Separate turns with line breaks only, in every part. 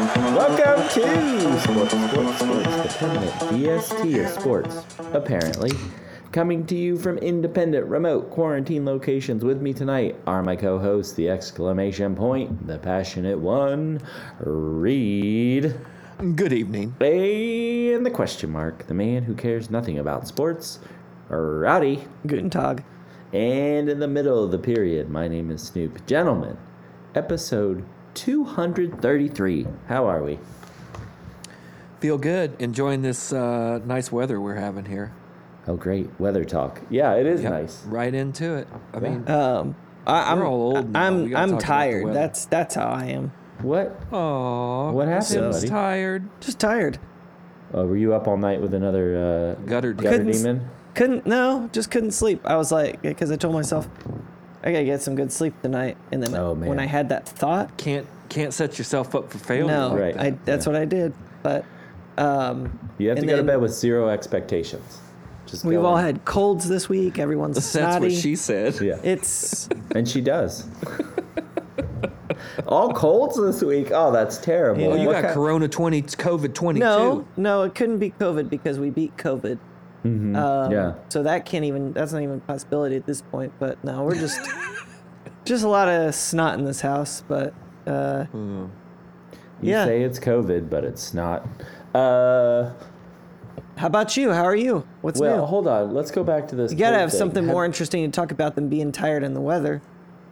Welcome to
Sports, sports, sports, dependent. DST is sports, apparently. Coming to you from independent, remote, quarantine locations with me tonight are my co hosts, the exclamation point, the passionate one, Reed,
Good evening.
and the question mark, the man who cares nothing about sports, Rowdy.
Guten Tag.
And in the middle of the period, my name is Snoop. Gentlemen, episode 233. How are we?
Feel good enjoying this uh, nice weather we're having here.
Oh, great. Weather talk. Yeah, it is
Yep,
nice.
Right into it. I mean,
Um, I, I'm
We're all old now. We
I'm
gotta
I'm
talk about the
tired.
weather.
That's that's how I am.
What?
oh,
What happened, buddy?
tired.
Just tired.
Uh, were you up all night with another uh,
Gutter
gutter
demon.
Couldn't s-
demon?
Couldn't no, just couldn't sleep. I was like, because I told myself, I gotta get some good sleep tonight. And then
Oh, man.
when I had that thought,
Can't can't set yourself up for failure.
no,
Right.
I, that's what I did. But um,
You have to
and
go to
then
bed with zero expectations. Just
We've
go
all
in.
had colds this week. Everyone's
That's
snotty.
what she said.
Yeah,
It's
and she does. all colds this week. Oh, that's terrible.
Oh, you
What
got
kind-
Corona twenty, COVID twenty two.
no, no, it couldn't be COVID because we beat COVID. Um,
Yeah.
So that can't even. That's not even a possibility at this point. But no, we're just just a lot of snot in this house. But uh,
Hmm. You
yeah.
say it's COVID, but it's not. Uh,
how about you? How are you? What's
well,
new?
hold on. Let's go back to this.
You gotta
cold
have
thing.
something more interesting to talk about than being tired in the weather.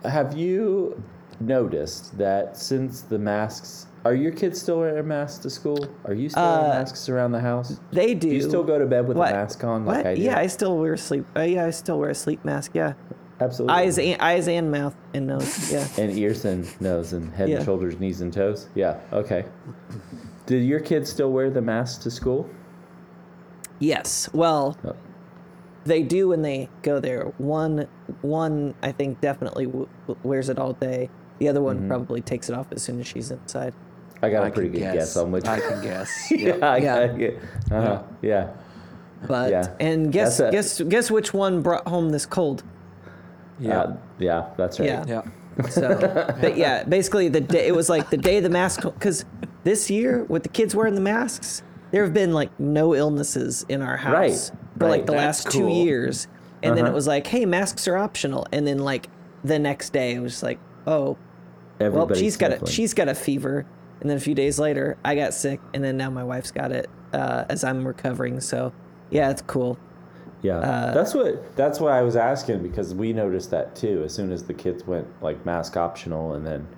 Have you noticed that since the masks, are your kids still wearing masks to school? Are you still wearing masks around the house?
Uh, They do.
Do you still go to bed with
What?
a mask on like
What?
I do?
Yeah, I still wear sleep. Uh, yeah, I still wear a sleep mask. Yeah,
absolutely.
eyes, and, eyes and mouth and nose. Yeah.
and ears and nose and head
Yeah.
and shoulders, knees and toes. Yeah. Okay. Do your kids still wear the masks to school?
Yes. Well,
Oh.
they do when they go there. One, one, I think definitely w- w- wears it all day. The other one
Mm-hmm.
probably takes it off as soon as she's inside.
I got a
I
pretty
can
good guess.
guess.
on which.
I can guess.
yeah. I
Yeah.
got it. Uh-huh. Yeah.
But
Yeah.
and guess
That's a-
guess guess which one brought home this cold?
Yeah.
Uh, yeah. That's right.
Yeah.
yeah.
So, but yeah, basically the day it was like the day the mask because this year with the kids wearing the masks, there have been like no illnesses in our house
Right, right.
for
Uh-huh.
like the
That's
last
cool.
two years, and then it was like, hey, masks are optional, and then like the next day it was like, oh, well,
Everybody's
she's got a
sniffling.
she's got a fever, and then a few days later I got sick, and then now my wife's got it uh, as I'm recovering. So yeah, it's cool.
Yeah, that's what that's what I was asking because we noticed that too. As soon as the kids went like mask optional and then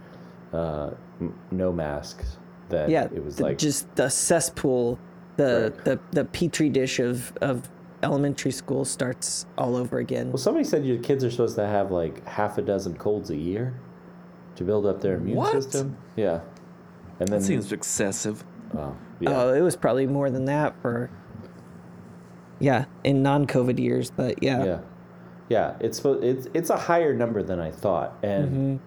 uh, m- no masks, then
Yeah,
it was
the-
like
just the cesspool, the
Right.
the the petri dish of of elementary school starts all over again.
well, somebody said your kids are supposed to have like half a dozen colds a year to build up their immune
What?
system. Yeah, and then
That seems excessive.
oh, yeah,
Oh, it was probably more than that for. Yeah, in non-COVID years, but yeah,
yeah, yeah. It's suppo- it's it's a higher number than I thought, and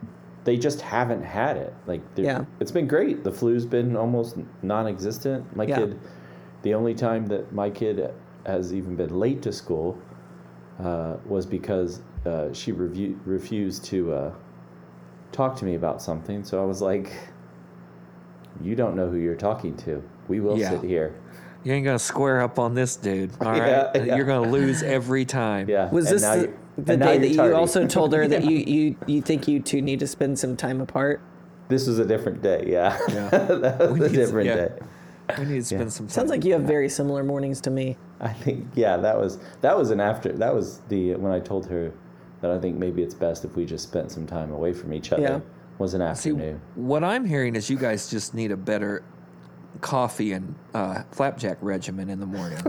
they just haven't had it. Like, they're-
Mm-hmm. Yeah.
it's been great. The flu's been almost non-existent. My
Yeah.
kid, the only time that my kid has even been late to school uh, was because uh, she revu- refused to uh, talk to me about something. So I was like, "You don't know who you're talking to. We will
Yeah.
sit here."
You ain't gonna square up on this dude. All right.
Yeah, yeah.
You're gonna lose every time.
Yeah.
Was
and
this
now
the,
you-
the
and now
day
you're
that
tardy.
you also told her that you, you you think you two need to spend some time apart?
This was a different day, yeah.
Yeah.
that was
We
a
need-
different
yeah.
day.
We need to spend some time.
Sounds like you have very similar mornings to me.
I think yeah, that was that was an after that was the when I told her that I think maybe it's best if we just spent some time away from each other.
Yeah.
Was an
See,
afternoon.
what I'm hearing is you guys just need a better coffee and uh, flapjack regimen in the morning.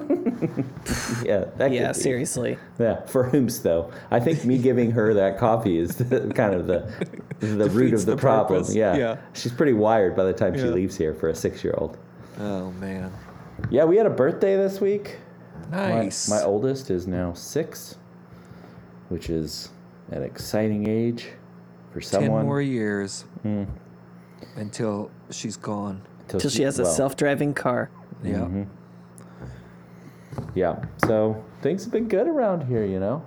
yeah, that
Yeah,
could be.
seriously.
Yeah, for whom's though. I think me giving her that coffee is the, kind of the the root
Defeats
of the,
the
problem.
purpose,
Yeah.
yeah.
she's pretty wired by the time she
Yeah.
leaves here for a six year old.
oh man,
Yeah, we had a birthday this week. My,
nice.
my oldest is now six, which is an exciting age for
ten
someone.
more years
Mm.
until she's gone.
till
Till she has a
well,
self-driving car.
Yeah,
Mm-hmm. Yeah. So things have been good around here, you know.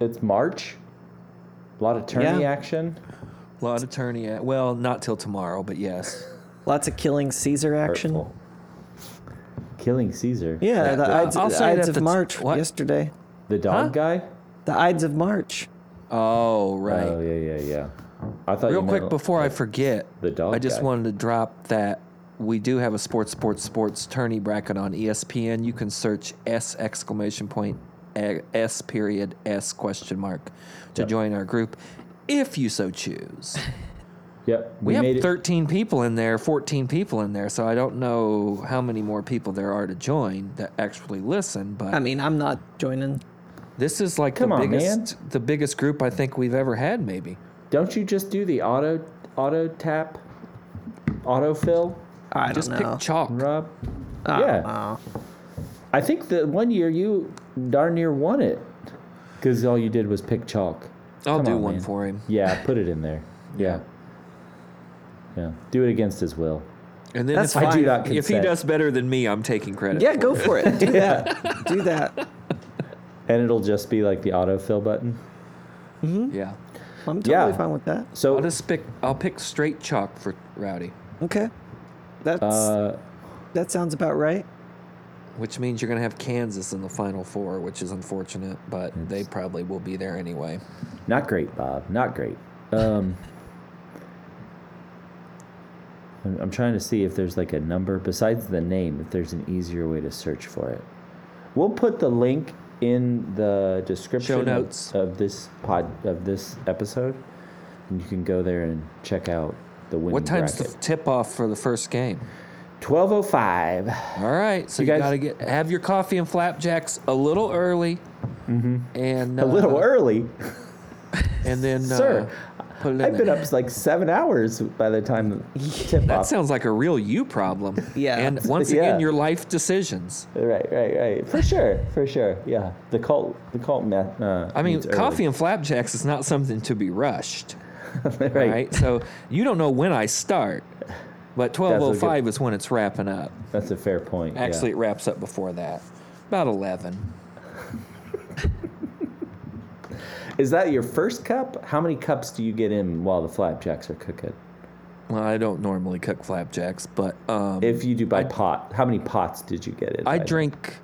It's March. A lot of tourney
Yeah.
action.
uh, a lot of tourney. At, well, not till tomorrow, but yes.
Lots of killing Caesar action.
Hurtful. Killing Caesar.
Yeah, the Ides,
I'll
the
say
Ides
that
of
the t-
March
what?
yesterday.
The dog guy?
The Ides of March.
Oh, right.
Oh, yeah, yeah, yeah. I thought
Real
you
quick
meant,
before I forget,
the dog
I just
guy.
wanted to drop that we do have a sports, sports, sports tourney bracket on E ESPN. You can search S exclamation point eh, S period S question mark to
Yep.
join our group if you so choose.
Yep.
We,
made
have
it-
13 people in there, 14 people in there, so I don't know how many more people there are to join that actually listen, but
I mean, I'm not joining.
this is like
Come
the
on,
biggest the biggest group I think we've ever had maybe.
Don't you just do the auto auto tap, autofill,
I don't
Just
know.
pick chalk.
Rob?
I don't
yeah.
know.
I think that one year you darn near won it because all you did was pick chalk.
I'll
Come
do
on,
one
man.
for him.
Yeah, put it in there. Yeah. Yeah. Do it against his will.
And then
That's
if, I
fine.
do-
I do not
if he
consent.
does better than me, I'm taking credit.
Yeah, go for it. Do that. Do that.
And it'll just be like the autofill button.
Yeah.
I'm totally
Yeah.
fine with that.
So
I'll just pick. I'll pick straight chalk for Rowdy,
Okay. That's
uh,
that sounds about right.
which means you're gonna have Kansas in the final four, which is unfortunate, but they probably will be there anyway.
Not great, Bob. Not great. Um, I'm, I'm trying to see if there's like a number besides the name, if there's an easier way to search for it. We'll put the link in the description of-
notes.
of this pod of this episode, and you can go there and check out the winning
What time's the
bracket.
tip off for the first game?
Twelve oh five.
All right, so
You
you,
guys-
gotta get have your coffee and flapjacks a little early, and
Mm-hmm.
uh,
A little early,
and then
sir.
Uh, put it in
I've been
there.
up like seven hours by the time the tip
That
off.
sounds like a real you problem.
Yeah.
and once
Yeah.
again, your life decisions.
Right, right, right. For sure, for sure. Yeah, the cult, the cult meth. Uh,
I mean,
meets early.
coffee and flapjacks is not something to be rushed.
right.
Right. So you don't know when I start, but
good-
1205 is when it's wrapping up.
That's a fair point. yeah.
Actually, it wraps up before that, about 11.
is that your first cup? How many cups do you get in while the flapjacks are cooking?
Well, I don't normally cook flapjacks, but um,
If you do by pot, how many pots did you get in?
I
by?
drink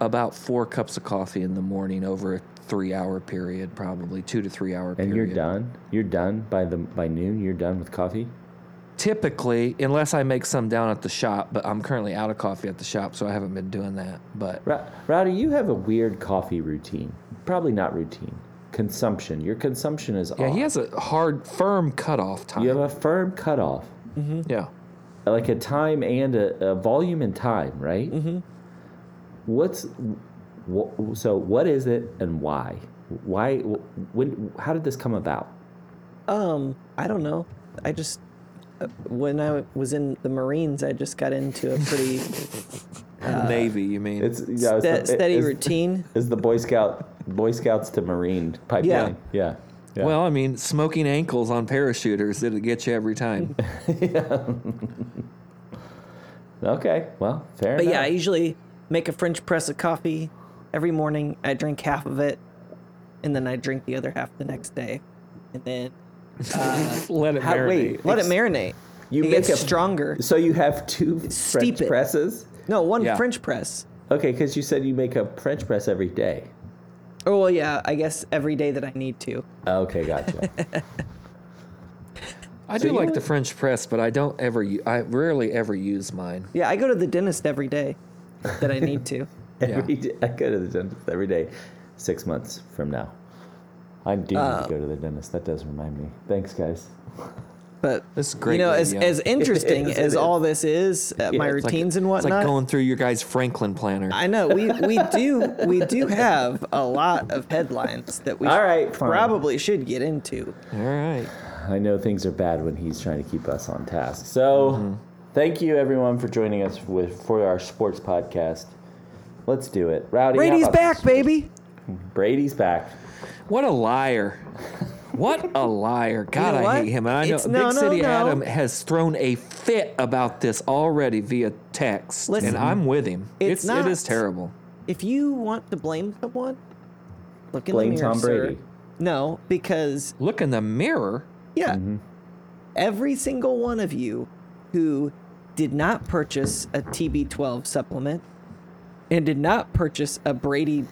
about four cups of coffee in the morning over a three hour period, probably two to three hour
And
period.
you're done. You're done by the by noon. You're done with coffee.
Typically, unless I make some down at the shop, but I'm currently out of coffee at the shop, so I haven't been doing that. But
Ra- Rowdy, you have a weird coffee routine. Probably not routine. Consumption. Your consumption is
yeah,
off.
he has a hard, firm cutoff time.
you have a firm cutoff.
yeah.
like a time and a, a volume and time, right? Mm-hmm. What's wh- so? What is it and why? Why? wh- When? How did this come about?
Um, I don't know. I just uh, when I was in the Marines, I just got into a pretty Uh,
Navy, you mean?
It's yeah, it's
ste-
the-
steady
it's-
routine.
Is the Boy Scout Boy Scouts to Marine pipeline? Yeah. yeah.
Well, I mean, smoking ankles on parachuters, it'll get you every time.
okay. Well, fair
But
enough.
yeah, I usually make a French press of coffee every morning. I drink half of it, and then I drink the other half the next day, and then
Let it
How-
marinate.
wait,
let
ex-
it marinate.
you
it
make
gets
a-
stronger.
So you have two
Steep
French
it.
presses.
No, one
Yeah.
French press.
Okay, because you said you make a French press every day.
Oh well, yeah. I guess every day that I need to.
Okay, gotcha.
I do
you
like
know-
the French press, but I don't ever. u- I rarely ever use mine.
Yeah, I go to the dentist every day that I need to.
Every day, I go to the dentist every day, six months from now. I do need to go to the dentist. That does remind me. Thanks, guys.
But
This is great
You know, as,
radio.
as interesting
is, it
as
is.
all this is, uh, my
it's
It's like-
routines and
It's
whatnot.
like going through your guys' Franklin planner.
I know we we do we do have a lot of headlines that we
All right, fine.
probably should get into.
All right.
I know things are bad when he's trying to keep us on task. So, thank you everyone for joining us with for our sports podcast. Let's do it, Rowdy. how
Brady's
about
back,
this?
baby.
Brady's back.
What a liar! What a liar! God, I
what?
hate him. And I know
It's-
Big
no, no,
City
no.
Adam has thrown a fit about this already via text,
Listen,
and I'm with him.
it's
it is
not.
terrible.
If you want to blame someone, look in
Blame
the mirror,
Tom
sir.
Brady.
No, because
Mm-hmm.
Look in the mirror.
yeah, every single one of you who did not purchase a TB12 supplement and did not purchase a Brady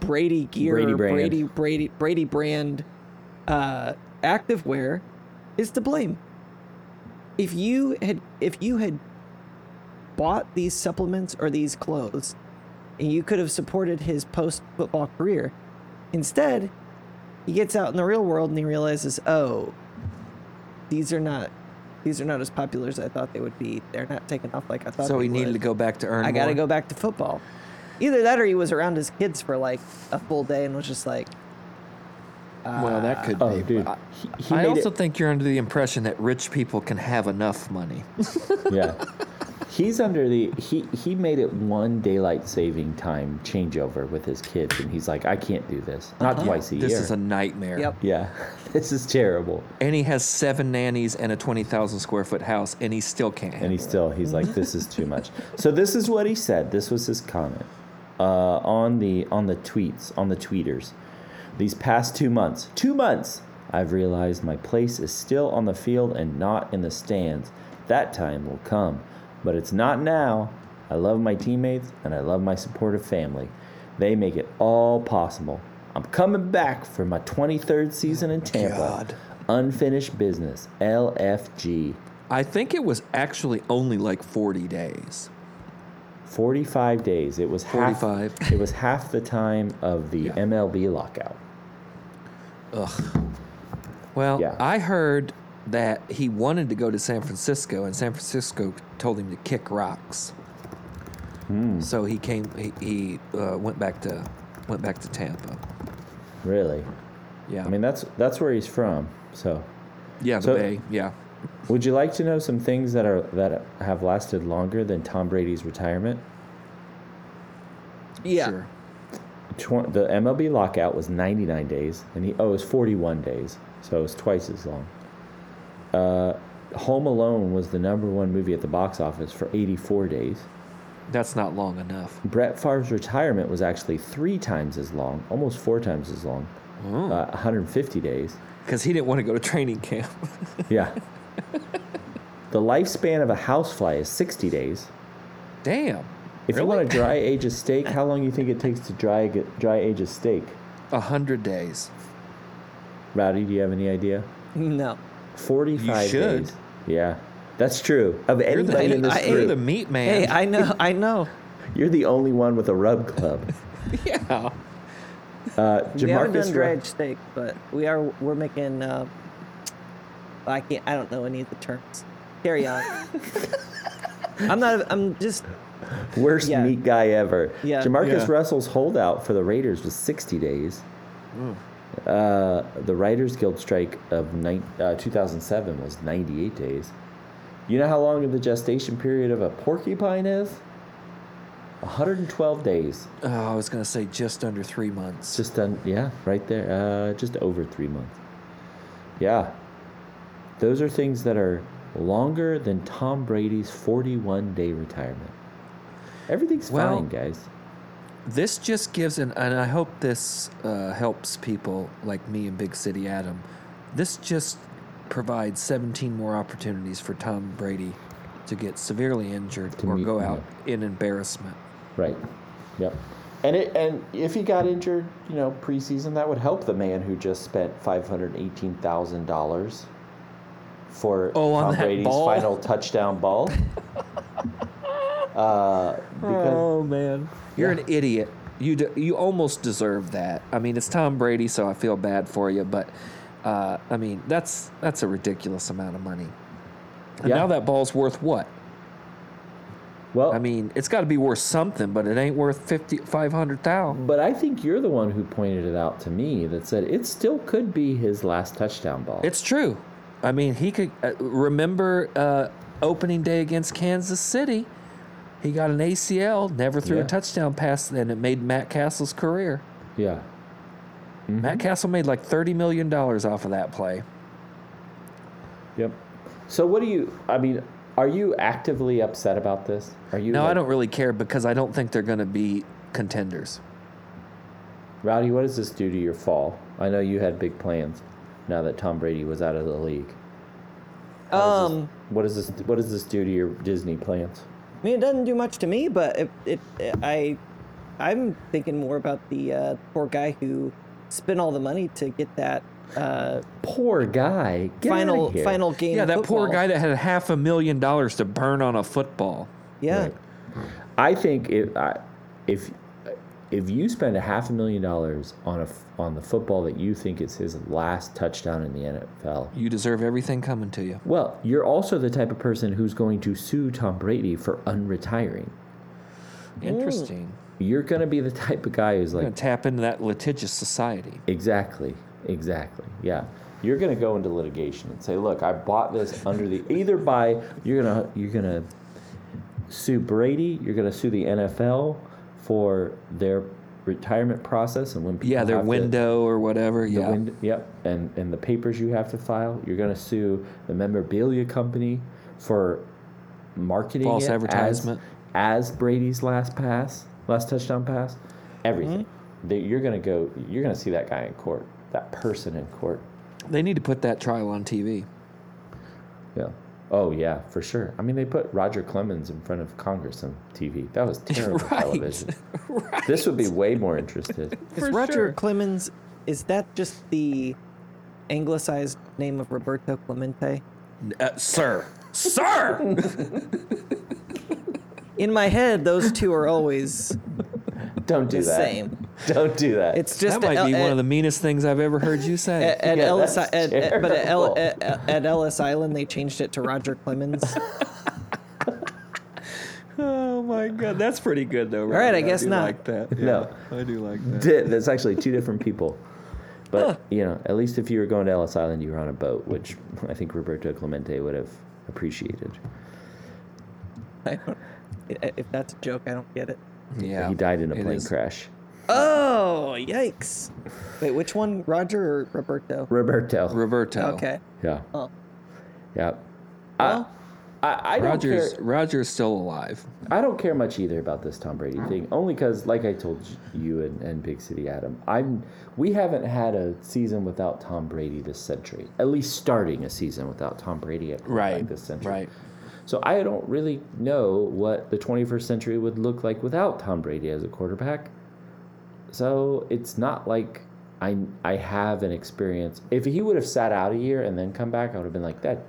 Brady gear
Brady
or
brand.
Brady Brady Brady brand uh, activewear is to blame. If you had if you had bought these supplements or these clothes, and you could have supported his post football career. Instead, he gets out in the real world and he realizes, oh, these are not these are not as popular as I thought they would be. They're not taking off like I thought.
So
they
he needed to
would.
go back to earn.
I gotta
more.
go back to football. Either that or he was around his kids for like a full day and was just like,
well,
Uh,
that could
Oh,
be.
dude.
but
He, he
I
made
also
it,
think you're under the impression that rich people can have enough money.
yeah. He's under the he he made it one daylight saving time changeover with his kids, and he's like, I can't do this. Not twice a
This
year.
is a nightmare.
yep.
yeah, this is terrible.
And he has seven nannies and a 20,000 square foot house, and he still can't
and
handle
he still he's like this is too much so this is what he said this was his comment uh, on the on the tweets on the tweeters these past two months two months i've realized my place is still on the field and not in the stands that time will come but it's not now i love my teammates and i love my supportive family they make it all possible i'm coming back for my 23rd season in tampa
God.
unfinished business lfg
I think it was actually only like 40 days.
45 days. It was half
45.
it was half the time of the MLB lockout.
Well,
Yeah.
I heard that he wanted to go to San Francisco, and San Francisco told him to kick rocks.
Hmm.
So he came. He, he uh, went back to went back to Tampa.
Really?
Yeah,
I mean that's that's where he's from. So,
yeah, the
so-
Bay. Yeah,
would you like to know some things that are that have lasted longer than Tom Brady's retirement?
Yeah.
sure.
Tw- the MLB lockout was 99 days, and he oh, it was 41 days, so it was twice as long. Uh, Home Alone was the number one movie at the box office for 84 days.
That's not long enough.
Brett Favre's retirement was actually three times as long, almost four times as long, uh, 150 days.
Because he didn't want to go to training camp.
Yeah. the lifespan of a housefly is 60 days.
Damn,
If you want to dry age a steak, how long do you think it takes to dry dry age a steak?
a hundred days.
Rowdy, do you have any idea?
No.
45
should.
days. Yeah. That's true. Of anybody in this
I,
group,
you're the meat man.
Hey, I know. I know.
you're the only one with a rub club.
yeah.
Uh,
we haven't done
Jamarcus Ruff-
dredge steak, but we are. We're making. Uh, I can't. I don't know any of the terms. Carry on. I'm not. I'm just.
worst
Yeah.
meat guy ever.
Yeah.
Jamarcus
Yeah.
Russell's holdout for the Raiders was 60 days. Uh, the Writers Guild strike of nine uh, 2007 was 98 days. You know how long the gestation period of a porcupine is? 112 days.
Oh, I was gonna say just under three months.
Just done, yeah, right there. Uh, just over three months. Yeah. Those are things that are longer than Tom Brady's 41 day retirement. Everything's
Well,
fine, guys.
this just gives an and i hope this uh, helps people like me and big city adam this just provides 17 more opportunities for tom brady to get severely injured or
meet-
go out in embarrassment
Right. Yep. And it, and if he got injured, you know, preseason, that would help the man who just spent five hundred eighteen thousand dollars for
Oh, on
Tom
that
Brady's
ball?
final touchdown ball. uh, because
Oh, man you're an idiot you d you almost deserve that i mean it's tom brady so i feel bad for you but uh, i mean that's that's a ridiculous amount of money and
Yeah.
now that ball's worth what
well,
I mean, it's got to be worth something, but it ain't worth fifty five hundred thousand.
but I think you're the one who pointed it out to me that said it still could be his last touchdown ball.
It's true. I mean, he could uh, remember uh, opening day against Kansas City. He got an ACL, never threw
Yeah.
a touchdown pass, and it made Matt Castle's career.
yeah.
Matt
Mm-hmm.
Castle made like thirty million dollars off of that play.
Yep. So what do you? I mean, are you actively upset about this? Are you?
No, I
like-
don't really care because I don't think they're going to be contenders.
Rowdy, what does this do to your fall? I know you had big plans now that Tom Brady was out of the league. does this-
Um,
what does this what does this do to your Disney plans?
I mean, it doesn't do much to me, but it, it I, I'm thinking more about the uh, poor guy who spent all the money to get that uh,
Poor guy. Get outta
final
here.
final game.
Yeah, that poor
football.
guy that had half a million dollars to burn on a football.
Yeah,
Right. I think if I, if if you spend a half a million dollars on a f- on the football that you think is his last touchdown in the NFL,
You deserve everything coming to you.
well, you're also the type of person who's going to sue Tom Brady for unretiring. Mm.
Interesting.
You're going to be the type of guy who's
Gonna
like,
tap into that litigious society.
exactly, exactly, yeah. You're going to go into litigation and say, look, I bought this under the either by you're gonna you're gonna sue Brady, you're gonna sue the NFL for their retirement process and when people
Yeah, their
have to-
window or whatever.
The
Yeah.
wind- yep. And and the papers you have to file. You're gonna sue the memorabilia company for marketing
False
it as-
advertisement.
as, Brady's last pass, last touchdown pass, everything. That you're gonna go. You're gonna see that guy in court. That person in court.
They need to put that trial on TV.
Yeah. Oh yeah, for sure. I mean, they put Roger Clemens in front of Congress on TV. That was terrible
Right.
television. This would be way more interested.
is Roger Clemens is that just the anglicized name of Roberto Clemente?
Uh, sir. sir!
In my head, those two are always
Don't do
the
that.
same.
Don't do that.
It's just
That might
a-
be
a-
one of the meanest things I've ever heard you say.
At, at
Yeah,
Ellis,
that's
at, at- but at, El, at,
terrible.
at Ellis Island, they changed it to Roger Clemens.
oh my god, that's pretty good though.
right,
Ryan.
I guess
do
not.
Like that.
No.
Yeah, I do like that.
Di- That's actually two different people. But you know, at least if you were going to Ellis Island, you were on a boat, which I think Roberto Clemente would have appreciated.
I don't- i- if that's a joke, I don't get it.
Yeah,
he died in a
it
plane
is.
crash.
Oh, yikes! Wait, which one, Roger or Roberto?
Roberto.
Roberto.
Okay.
yeah.
Oh.
Yeah.
Well,
I, I don't care.
Roger's Roger's still alive.
I don't care much either about this Tom Brady thing, only because, like I told you and, and Big City Adam, I'm we haven't had a season without Tom Brady this century. At least starting a season without Tom Brady at quarterback
Right.
this century.
Right.
So I don't really know what the 21st century would look like without Tom Brady as a quarterback. So it's not like I I have an experience. If he would have sat out a year and then come back, I would have been like that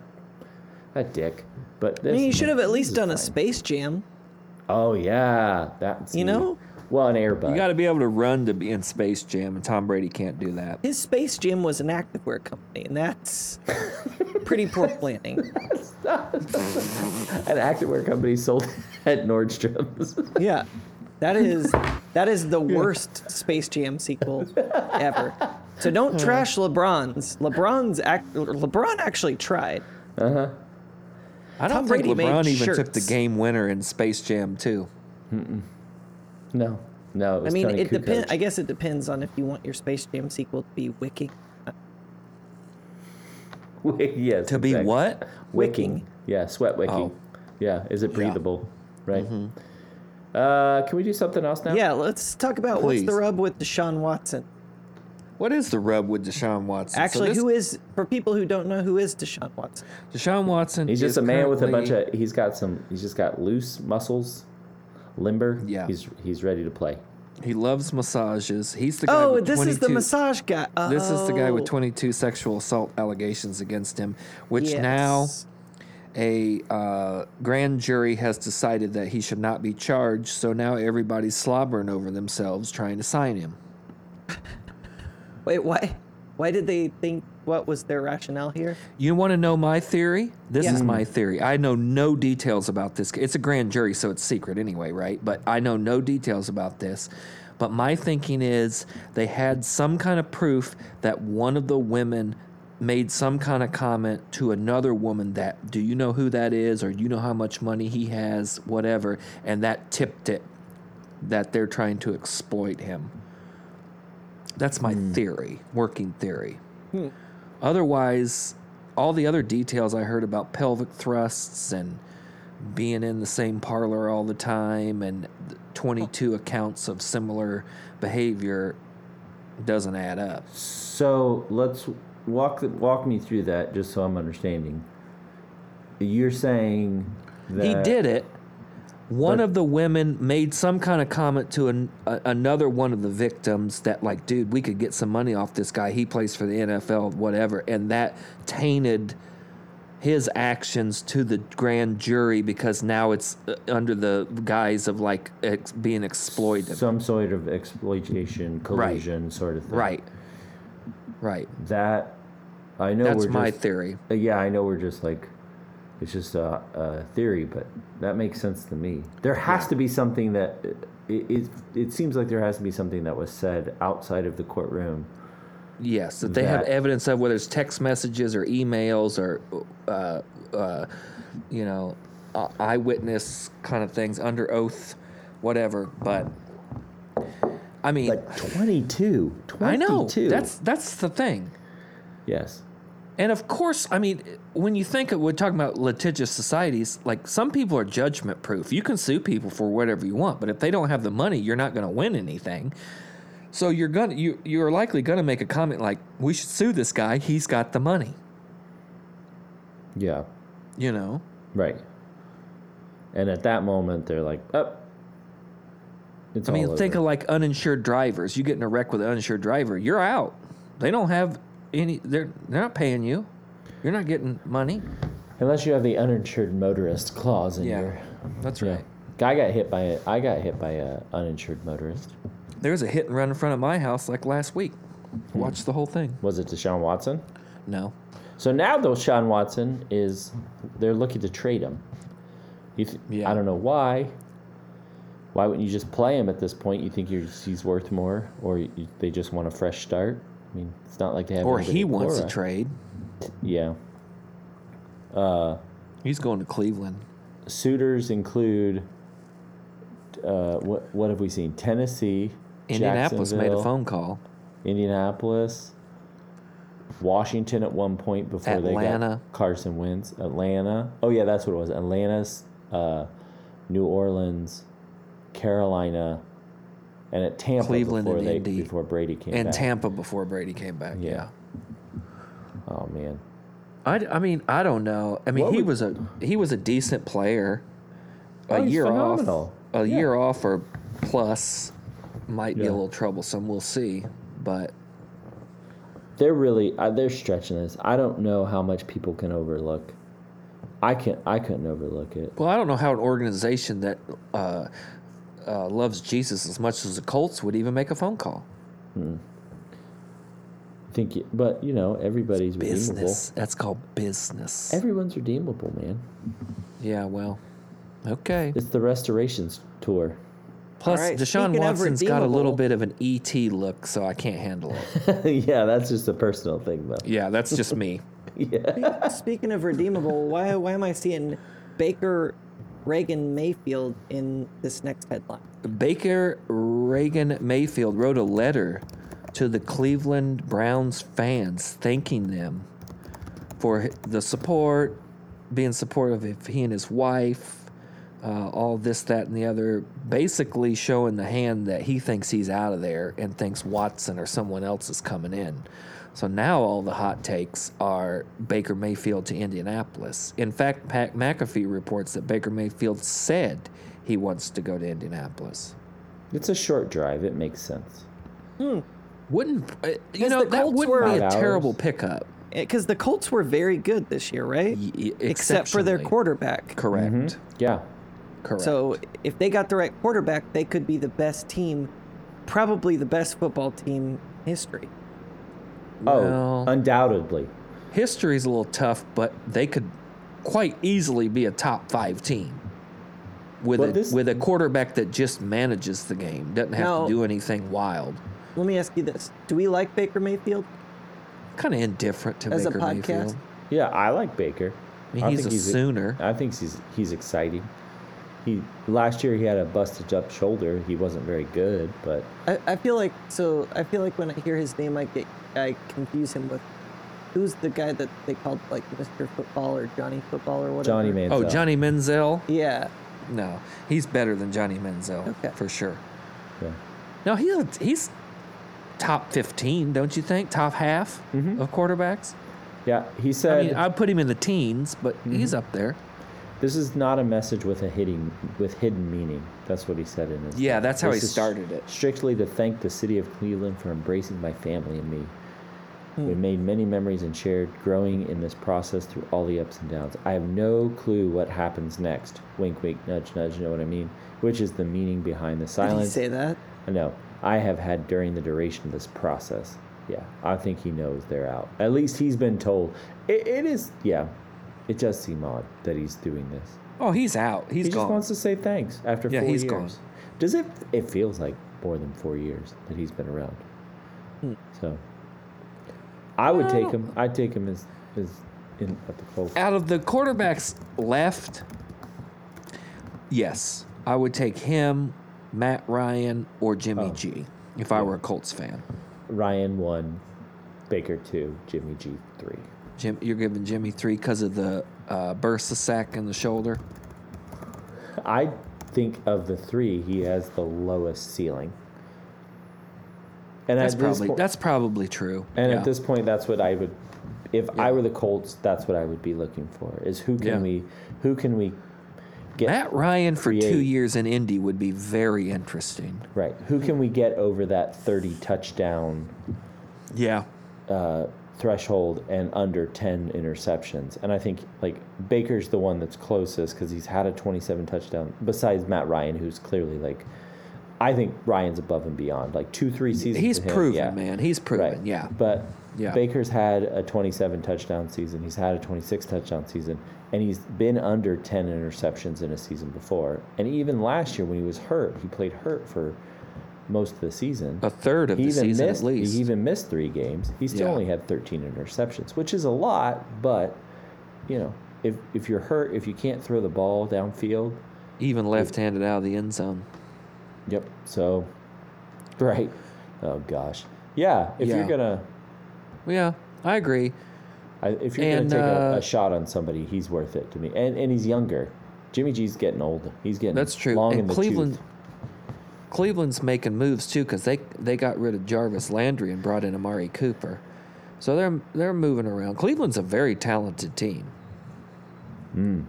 that dick. But
I
this,
mean, you should have at least
this is
done a
fine.
Space Jam.
Oh yeah, that's
You know?
Well, an airbud.
You got to be able to run to be in Space Jam, and Tom Brady can't do that.
His Space Jam was an activewear company, and that's pretty poor planning.
an activewear company sold at Nordstrom's.
Yeah, that is that is the worst Space Jam sequel ever. So don't
Uh-huh.
trash LeBron's. LeBron's act. LeBron actually tried.
I don't
Tom
think
Brady made
LeBron even took the
shirts.
game winner in Space Jam too.
no, no. It was
I mean,
Tony
it depends.
Kukoc.
I guess it depends on if you want your Space Jam sequel to be wicking.
yes.
To be
exactly.
what?
Wicking.
Wicking.
Yeah, sweat wicking.
Oh.
Yeah, is it breathable? Right.
Mm-hmm.
Uh, can we do something else now?
Yeah, let's talk about what's
Please.
the rub with Deshaun Watson.
What is the rub with Deshaun Watson? So
Actually,
this-
who is for people who don't know who is Deshaun Watson?
Deshaun Watson?
He's just
is
a man with a bunch
currently-
of. He's got some. He's just got loose muscles, limber.
Yeah.
He's he's ready to play.
He loves massages. He's the guy.
Oh,
with
this is the
22
massage guy.
This is the guy with
Oh,
22 sexual assault allegations against him, which
yes.
now a uh, grand jury has decided that he should not be charged. So now everybody's slobbering over themselves trying to sign him.
Wait, why? Why did they think? What was their rationale here?
You want to know my theory? This
Yeah.
is my theory. I know no details about this. It's a grand jury, so it's secret anyway, right? But I know no details about this. But my thinking is they had some kind of proof that one of the women made some kind of comment to another woman that, do you know who that is? Or you know how much money he has? Whatever. And that tipped it that they're trying to exploit him. That's my theory, working theory. Otherwise, all the other details I heard about pelvic thrusts and being in the same parlor all the time and 22 accounts of similar behavior doesn't add up.
So let's walk the, walk me through that just so I'm understanding. you're saying that
He did it. One of the women made some kind of comment to an, a, another one of the victims that, like, dude, we could get some money off this guy. He plays for the NFL, whatever. And that tainted his actions to the grand jury because now it's uh, under the guise of, like, ex- being exploited.
some sort of exploitation, collusion sort of thing.
right. Right.
That I know.
That's
we're
my
just,
theory.
Uh, Yeah, I know we're just like, it's just a, a theory, but that makes sense to me. There has to be something that it, it it seems like there has to be something that was said outside of the courtroom.
Yes, that they have
that-
evidence of whether it's text messages or emails or, uh, uh, you know, uh, eyewitness kind of things under oath, whatever. But I mean,
But 22,
I know
22.
that's that's the thing.
yes.
And of course, I mean, when you think of, we're talking about litigious societies, like some people are judgment proof. You can sue people for whatever you want, but if they don't have the money, you're not going to win anything. So you're gonna you you're likely going to make a comment like, "We should sue this guy. He's got the money."
Yeah.
You know.
Right. And at that moment, they're like, up. It's
I mean,
all
think
over.
of like uninsured drivers. You get in a wreck with an uninsured driver, you're out. They don't have any. They're they're not paying you. You're not getting money.
unless you have the uninsured motorist clause in
Yeah.
your.
That's
Yeah.
right.
I got hit by a, I got hit by a uninsured motorist.
There was a hit and run in front of my house like last week. Watched the whole thing.
Was it Deshaun Watson?
No,
So now though, Sean Watson is they're looking to trade him. You th-
Yeah.
I don't know why. Why wouldn't you just play him at this point? You think you're, he's worth more, or you, they just want a fresh start? I mean, it's not like they have.
or
anybody
he
to
wants
pour
a
on.
trade.
Yeah.
He's going to Cleveland.
suitors include uh, what what have we seen? Tennessee,
Indianapolis made a
Jacksonville,
phone call.
Indianapolis, Washington at one point before they
Atlanta.
got Carson Wentz. Atlanta. Oh yeah, that's what it was. Atlanta's, uh, New Orleans, Carolina, and at Tampa
Cleveland
before
and
they
Indy.
before Brady came
and
back.
Tampa before Brady came back.
Yeah.
Yeah.
oh man,
I, d- I mean I don't know. I mean
What
he
would-
was a he was a decent player. A
Oh, he's
year
phenomenal.
off, a
Yeah.
year off or plus might be
Yeah.
a little troublesome. We'll see, but
they're really uh, they're stretching this. I don't know how much people can overlook. I can I couldn't overlook it.
well I don't know how an organization that uh, uh, loves Jesus as much as the Colts would even make a phone call.
think you, but you know everybody's redeemable
Business. That's called business.
everyone's redeemable man
yeah. Well. Okay.
it's the restorations tour
Plus,
right,
Deshaun
speaking of
Watson's got a little
redeemable-
bit of an ET look, so I can't handle it.
yeah that's just a personal thing though
yeah, that's just me.
Speaking of redeemable, why why am I seeing Baker Reagan Mayfield in this next headline?
Baker Reagan Mayfield wrote a letter to the Cleveland Browns fans thanking them for the support, being supportive of he and his wife, uh, all this, that, and the other. Basically, showing the hand that he thinks he's out of there and thinks Watson or someone else is coming in. So now all the hot takes are Baker Mayfield to Indianapolis. In fact, Pat McAfee reports that Baker Mayfield said he wants to go to Indianapolis.
it's a short drive it makes sense
Wouldn't uh, you
Because
know
the
that
Colts
wouldn't
were-
be a
Five hours.
terrible pickup,
Because Eh, the Colts were very good this year, right?
y- y-
Except for their
exceptionally.
quarterback.
Correct.
Hmm? yeah
Correct.
So if they got the right quarterback, they could be the best team, probably the best football team in history.
oh
Well-
undoubtedly
history's a little tough, but they could quite easily be a top five team with
Well,
a
this-
with a quarterback that just manages the game, doesn't have
Now-
to do anything wild.
Let me ask you this: Do we like Baker Mayfield?
Kind of indifferent to
As a
Baker
podcast?
Mayfield.
yeah i like baker
I mean,
I
he's
think
a sooner.
i think he's he's exciting he last year he had a busted up shoulder he wasn't very good but
I, I feel like so. I feel like when I hear his name, I get I confuse him with who's the guy that they called like Mr. Football or Johnny Football or whatever.
johnny man
oh, Johnny Menzel?
Yeah,
No, he's better than Johnny Menzel
Okay.
for sure. No,
Mm-hmm.
he's he's top fifteen, don't you think? Top half of quarterbacks.
Yeah, he
I
said
mean, I put him in the teens, but
Mm-hmm.
he's up there.
this is not a message with a hidden with hidden meaning. That's what he said in his.
Yeah, that's how
This
he
is
started it.
Strictly to thank the city of Cleveland for embracing my family and me.
Hmm.
We made many memories and shared, growing in this process through all the ups and downs. I have no clue what happens next. Wink, wink, nudge, nudge. You know what I mean? Which is the meaning behind the
Did he
silence?
say that?
No, I have had during the duration of this process. Yeah, I think he knows they're out. At least he's been told. It, it is, yeah, it does seem odd that he's doing this.
Oh, he's out. He's
he
gone.
just wants to say thanks after
Yeah,
four
he's
years.
gone.
Does it? It feels like more than four years that he's been around.
Hmm.
So, I would take him. I'd take him as as in at the cold.
out of the quarterbacks left, yes, I would take him, Matt Ryan, or Jimmy
Oh.
G if I were a Colts fan.
Ryan one, Baker two, Jimmy G three.
Jim, you're giving Jimmy three because of the uh, burst of sack in the shoulder.
I think of the three, he has the lowest ceiling. And
That's
at this
probably
po-
that's probably true.
and
Yeah.
at this point, that's what I would. If I were the Colts, that's what I would be looking for. Is who can
Yeah.
we, who can we get
Matt Ryan for two
create-
years in Indy would be very interesting.
right? Who can we get over that thirty touchdown
Yeah,
uh, threshold and under 10 interceptions. And I think like Baker's the one that's closest because he's had a 27 touchdown. Besides Matt Ryan, who's clearly like, I think Ryan's above and beyond. Like two, three seasons.
he's
with him,
proven,
yeah.
man. He's
Right.
proven. Yeah,
But
Yeah.
Baker's had a 27 touchdown season. He's had a 26 touchdown season, and he's been under 10 interceptions in a season before. And even last year when he was hurt, he played hurt for most of the season
a third of
he
the
even
season
missed,
at least.
He even missed three games. He still
Yeah.
only had 13 interceptions, which is a lot, but you know, if if you're hurt, if you can't throw the ball downfield,
even left-handed out of the end zone.
yep. So, right. Oh gosh, yeah. If
Yeah.
you're gonna,
Yeah, I agree.
I, if you're
And,
gonna take a,
uh,
a shot on somebody, he's worth it to me. And and he's younger. Jimmy G's getting old. He's getting
That's true.
Long in
and
the
Cleveland,
tooth.
Cleveland's making moves too because they they got rid of Jarvis Landry and brought in Amari Cooper, so they're they're moving around. Cleveland's a very talented team.
Hmm.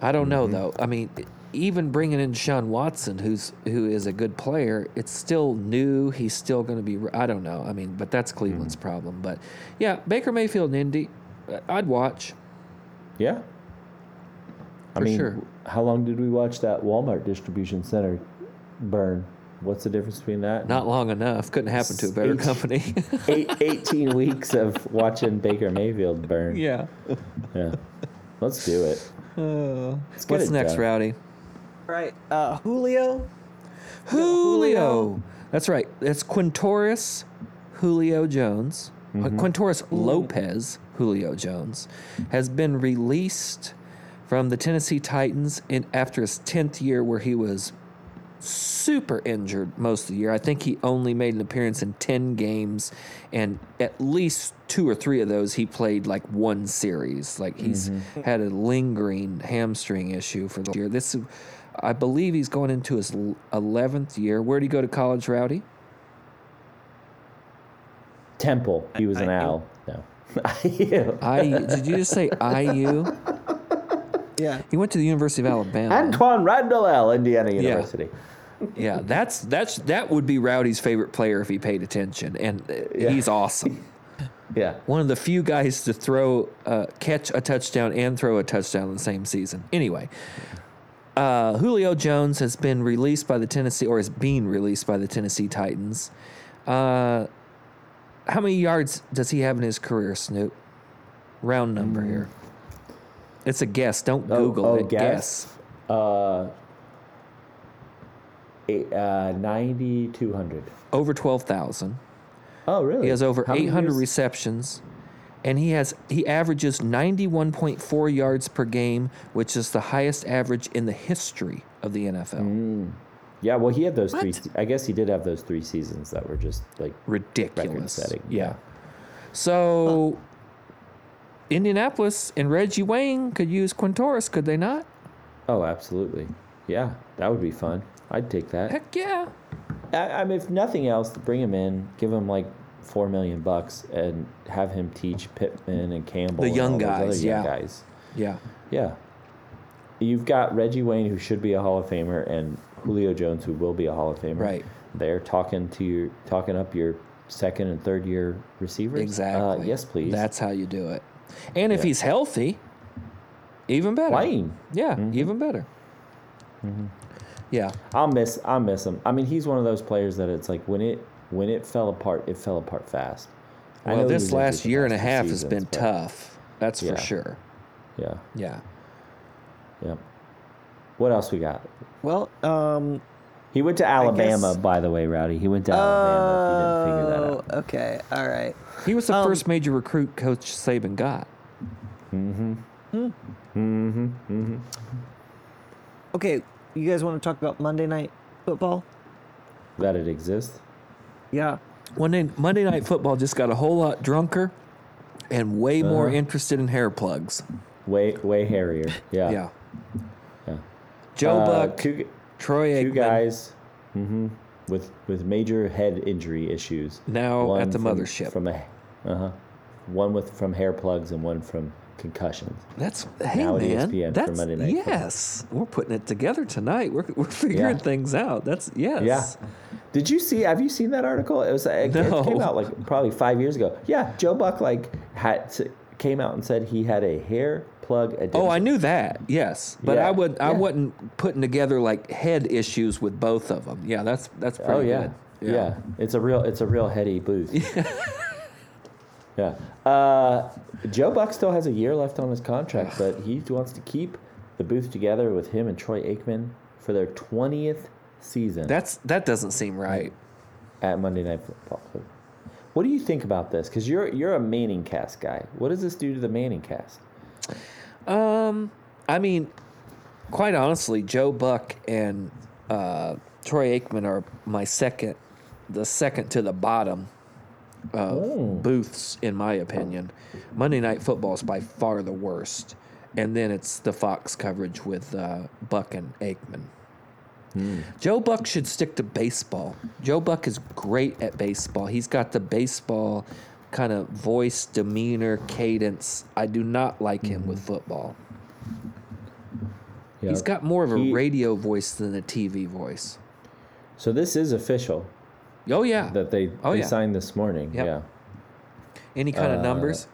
I don't
Mm-hmm.
know though. I mean, even bringing in Sean Watson, who's who is a good player, it's still new. He's still going to be. I don't know. I mean, but that's
Hmm.
Cleveland's problem. But yeah, Baker Mayfield and Indy, uh, I'd watch.
Yeah. I
For
mean,
sure.
how long did we watch that Walmart distribution center burn? What's the difference between that?
Not long enough. Couldn't happen to a better
Eight-
company.
Eight, 18 weeks of watching Baker Mayfield burn.
yeah. Uh,
Yeah. Let's do it. Let's get
What's
it
next,
done.
Rowdy?
Right. Uh, Julio.
Julio. That's right. That's Quintoris Julio Jones. Uh, Quintoris Lopez Julio Jones has been released from the Tennessee Titans in after his 10th year where he was super injured most of the year. I think he only made an appearance in 10 games and at least two or three of those he played like one series. Like he's had a lingering hamstring issue for the year. This is- I believe he's going into his l- 11th year. Where would he go to college, Rowdy?
Temple. He was an
I-
owl. No. Yeah.
I Did you just say IU?
Yeah.
He went to the University of Alabama.
Antoine Randall L., Indiana University.
Yeah, that's that's that would be Rowdy's favorite player if he paid attention and uh, he's awesome.
Yeah.
one of the few guys to throw, uh, catch a touchdown and throw a touchdown in the same season. Anyway, uh, Julio Jones has been released by the Tennessee, or is being released by the Tennessee Titans. Uh, how many yards does he have in his career, Snoop? Round number here. It's a guess. Don't
Hmm. Oh,
Google
oh,
it.
guess?
Guess.
Uh, eight, uh, 9,200.
Over 12,000.
Oh, really?
He has over
How many
800
years?
receptions, and he has he averages 91.4 yards per game, which is the highest average in the history of the NFL.
Yeah, well, he had those three.
What?
se- I guess he did have those three seasons that were just like record
Ridiculous.
setting.
Yeah. So Indianapolis and Reggie Wayne could use Quintoris, could they not?
Oh, absolutely. Yeah, that would be fun. I'd take that.
Heck yeah.
I, I mean, if nothing else, bring him in, give him like four million bucks and have him teach Pittman and Campbell,
The
and
young
all those
guys,
other young
yeah.
guys.
Yeah.
Yeah. You've got Reggie Wayne, who should be a Hall of Famer, and Julio Jones, who will be a Hall of Famer.
Right.
They're talking to your talking up your second and third year receivers. Uh,
Exactly.
yes, please.
That's how you do it. And if he's healthy, even better.
Wayne.
Yeah, even better. Mm-hmm. Yeah.
I'll miss I'll miss him. I mean, he's one of those players that it's like when it when it fell apart, it fell apart fast. I know
Well,
he was
this
injured
last
the
year and a
past two
half has
seasons,
been
but
tough. That's
Yeah.
for sure.
Yeah.
Yeah.
Yeah. What else we got?
Well, um,
He went to Alabama,
guess-
by the way, Rowdy. He went to Alabama. if you didn't figure that out.
oh, okay, all right.
He was the
um,
first major recruit Coach Saban got.
Okay, you guys want to talk about Monday night football?
Oh.
That it exists.
Yeah.
One day, Monday Night Football just got a whole lot drunker and way
Uh-huh.
more interested in hair plugs.
Way way hairier. Yeah.
Yeah. Joe
Uh,
Buck,
Two, g-
Troy
two
Aikman,
guys. hmm With with major head injury issues.
Now at the
from-
mothership.
From a, uh huh. One with from hair plugs and one from concussions.
That's hey
Now at E
man.
ESPN for
that's
Monday Night Football.
yes. We're putting it together tonight. We're we're figuring
Yeah.
things out. That's yes.
Yeah. Did you see? Have you seen that article? It was it,
No.
it came out like probably five years ago. Yeah, Joe Buck like had s- came out and said he had a hair plug addiction.
Oh, I knew that. Yes, but
Yeah.
I would I
Yeah.
wasn't putting together like head issues with both of them. Yeah, that's that's pretty
Oh yeah.
good.
yeah, It's a real it's a real heady booth. yeah. Uh, Joe Buck still has a year left on his contract, but he wants to keep the booth together with him and Troy Aikman for their twentieth season.
That's that doesn't seem right.
at Monday Night Football. What do you think about this? Because you're you're a Manning cast guy. What does this do to the Manning cast?
Um, I mean, quite honestly, Joe Buck and uh, Troy Aikman are my second, the second to the bottom of booths, in my opinion. Monday Night Football is by far the worst, and then it's the Fox coverage with uh, Buck and Aikman. Joe Buck should stick to baseball. Joe Buck is great at baseball. He's got the baseball kind of voice, demeanor, cadence. I do not like him with football. He's got more of a
He-
radio voice than a TV voice.
So this is official
Oh yeah.
that they,
Oh,
they
yeah.
signed this morning.
Yep.
Yeah.
Any kind
uh,
of numbers?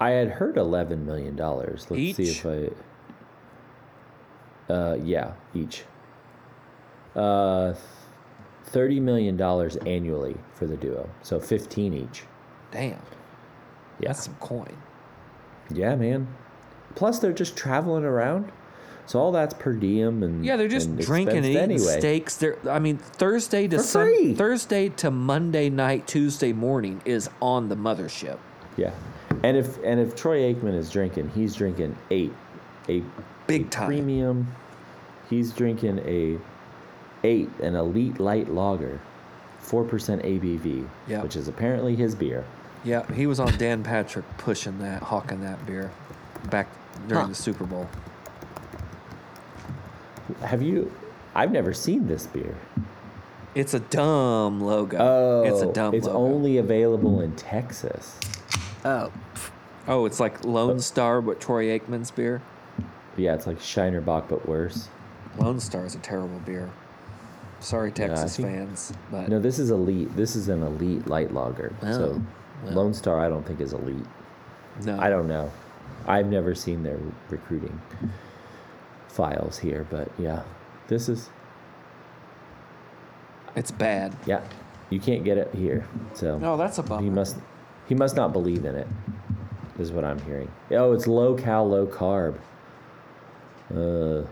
I had heard eleven million dollars. Let's see
Each?
if I. Uh, yeah, each. Uh, thirty million dollars annually for the duo, so fifteen each.
Damn.
Yeah.
That's some coin.
Yeah, man. Plus, they're just traveling around, so all that's per diem and
Yeah, they're just
and
drinking and eating
expensed anyway.
steaks. They're, I mean, Thursday to
For
Sun-
free.
Thursday to Monday night, Tuesday morning is on the mothership.
Yeah, and if and if Troy Aikman is drinking, he's drinking eight, a
Big time.
premium. He's drinking a eight, an elite light lager, four percent ABV,
Yeah.
which is apparently his beer.
Yeah, he was on Dan Patrick pushing that, hawking that beer back during
Huh.
the Super Bowl.
Have you? I've never seen this beer.
It's a dumb logo. it's a dumb
Oh, It's
logo.
only available in Texas.
Oh,
oh, it's like
Uh,
Lone Star, but Troy Aikman's beer.
Yeah, it's like Shinerbach, but worse.
Lone Star is a terrible beer. Sorry, Texas
think-
fans, but
No, this is elite. This is an elite light lager. so Lone Star, I don't think is elite.
no,
I don't know. I've never seen their recruiting files here, but yeah, this is
It's bad.
yeah. You can't get it here, so
No, that's a bummer.
he must he must not believe in it. Is what I'm hearing. Oh, it's low cal, low carb. Uh,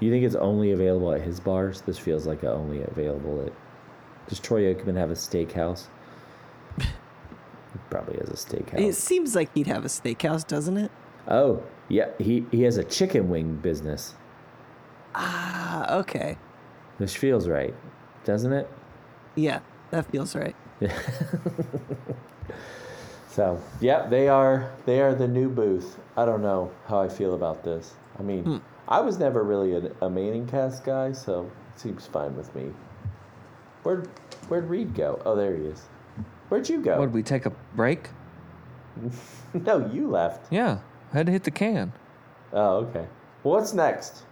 you think it's only available at his bars? This feels like a only available at. Does Troy Aikman have a steakhouse? He probably has a steakhouse.
it seems like he'd have a steakhouse, doesn't it?
Oh, yeah, he, he has a chicken wing business.
Ah, okay.
This feels right, doesn't it?
Yeah, that feels right.
So, yeah, they are they are the new booth. I don't know how I feel about this. I mean,
Hmm.
I was never really a, a Manning cast guy, so it seems fine with me. Where'd Where'd Reed go? Oh, there he is.
Where'd you go?
What, did we take a break?
no, you left.
Yeah. Had to hit the can.
Oh, okay. Well, what's next?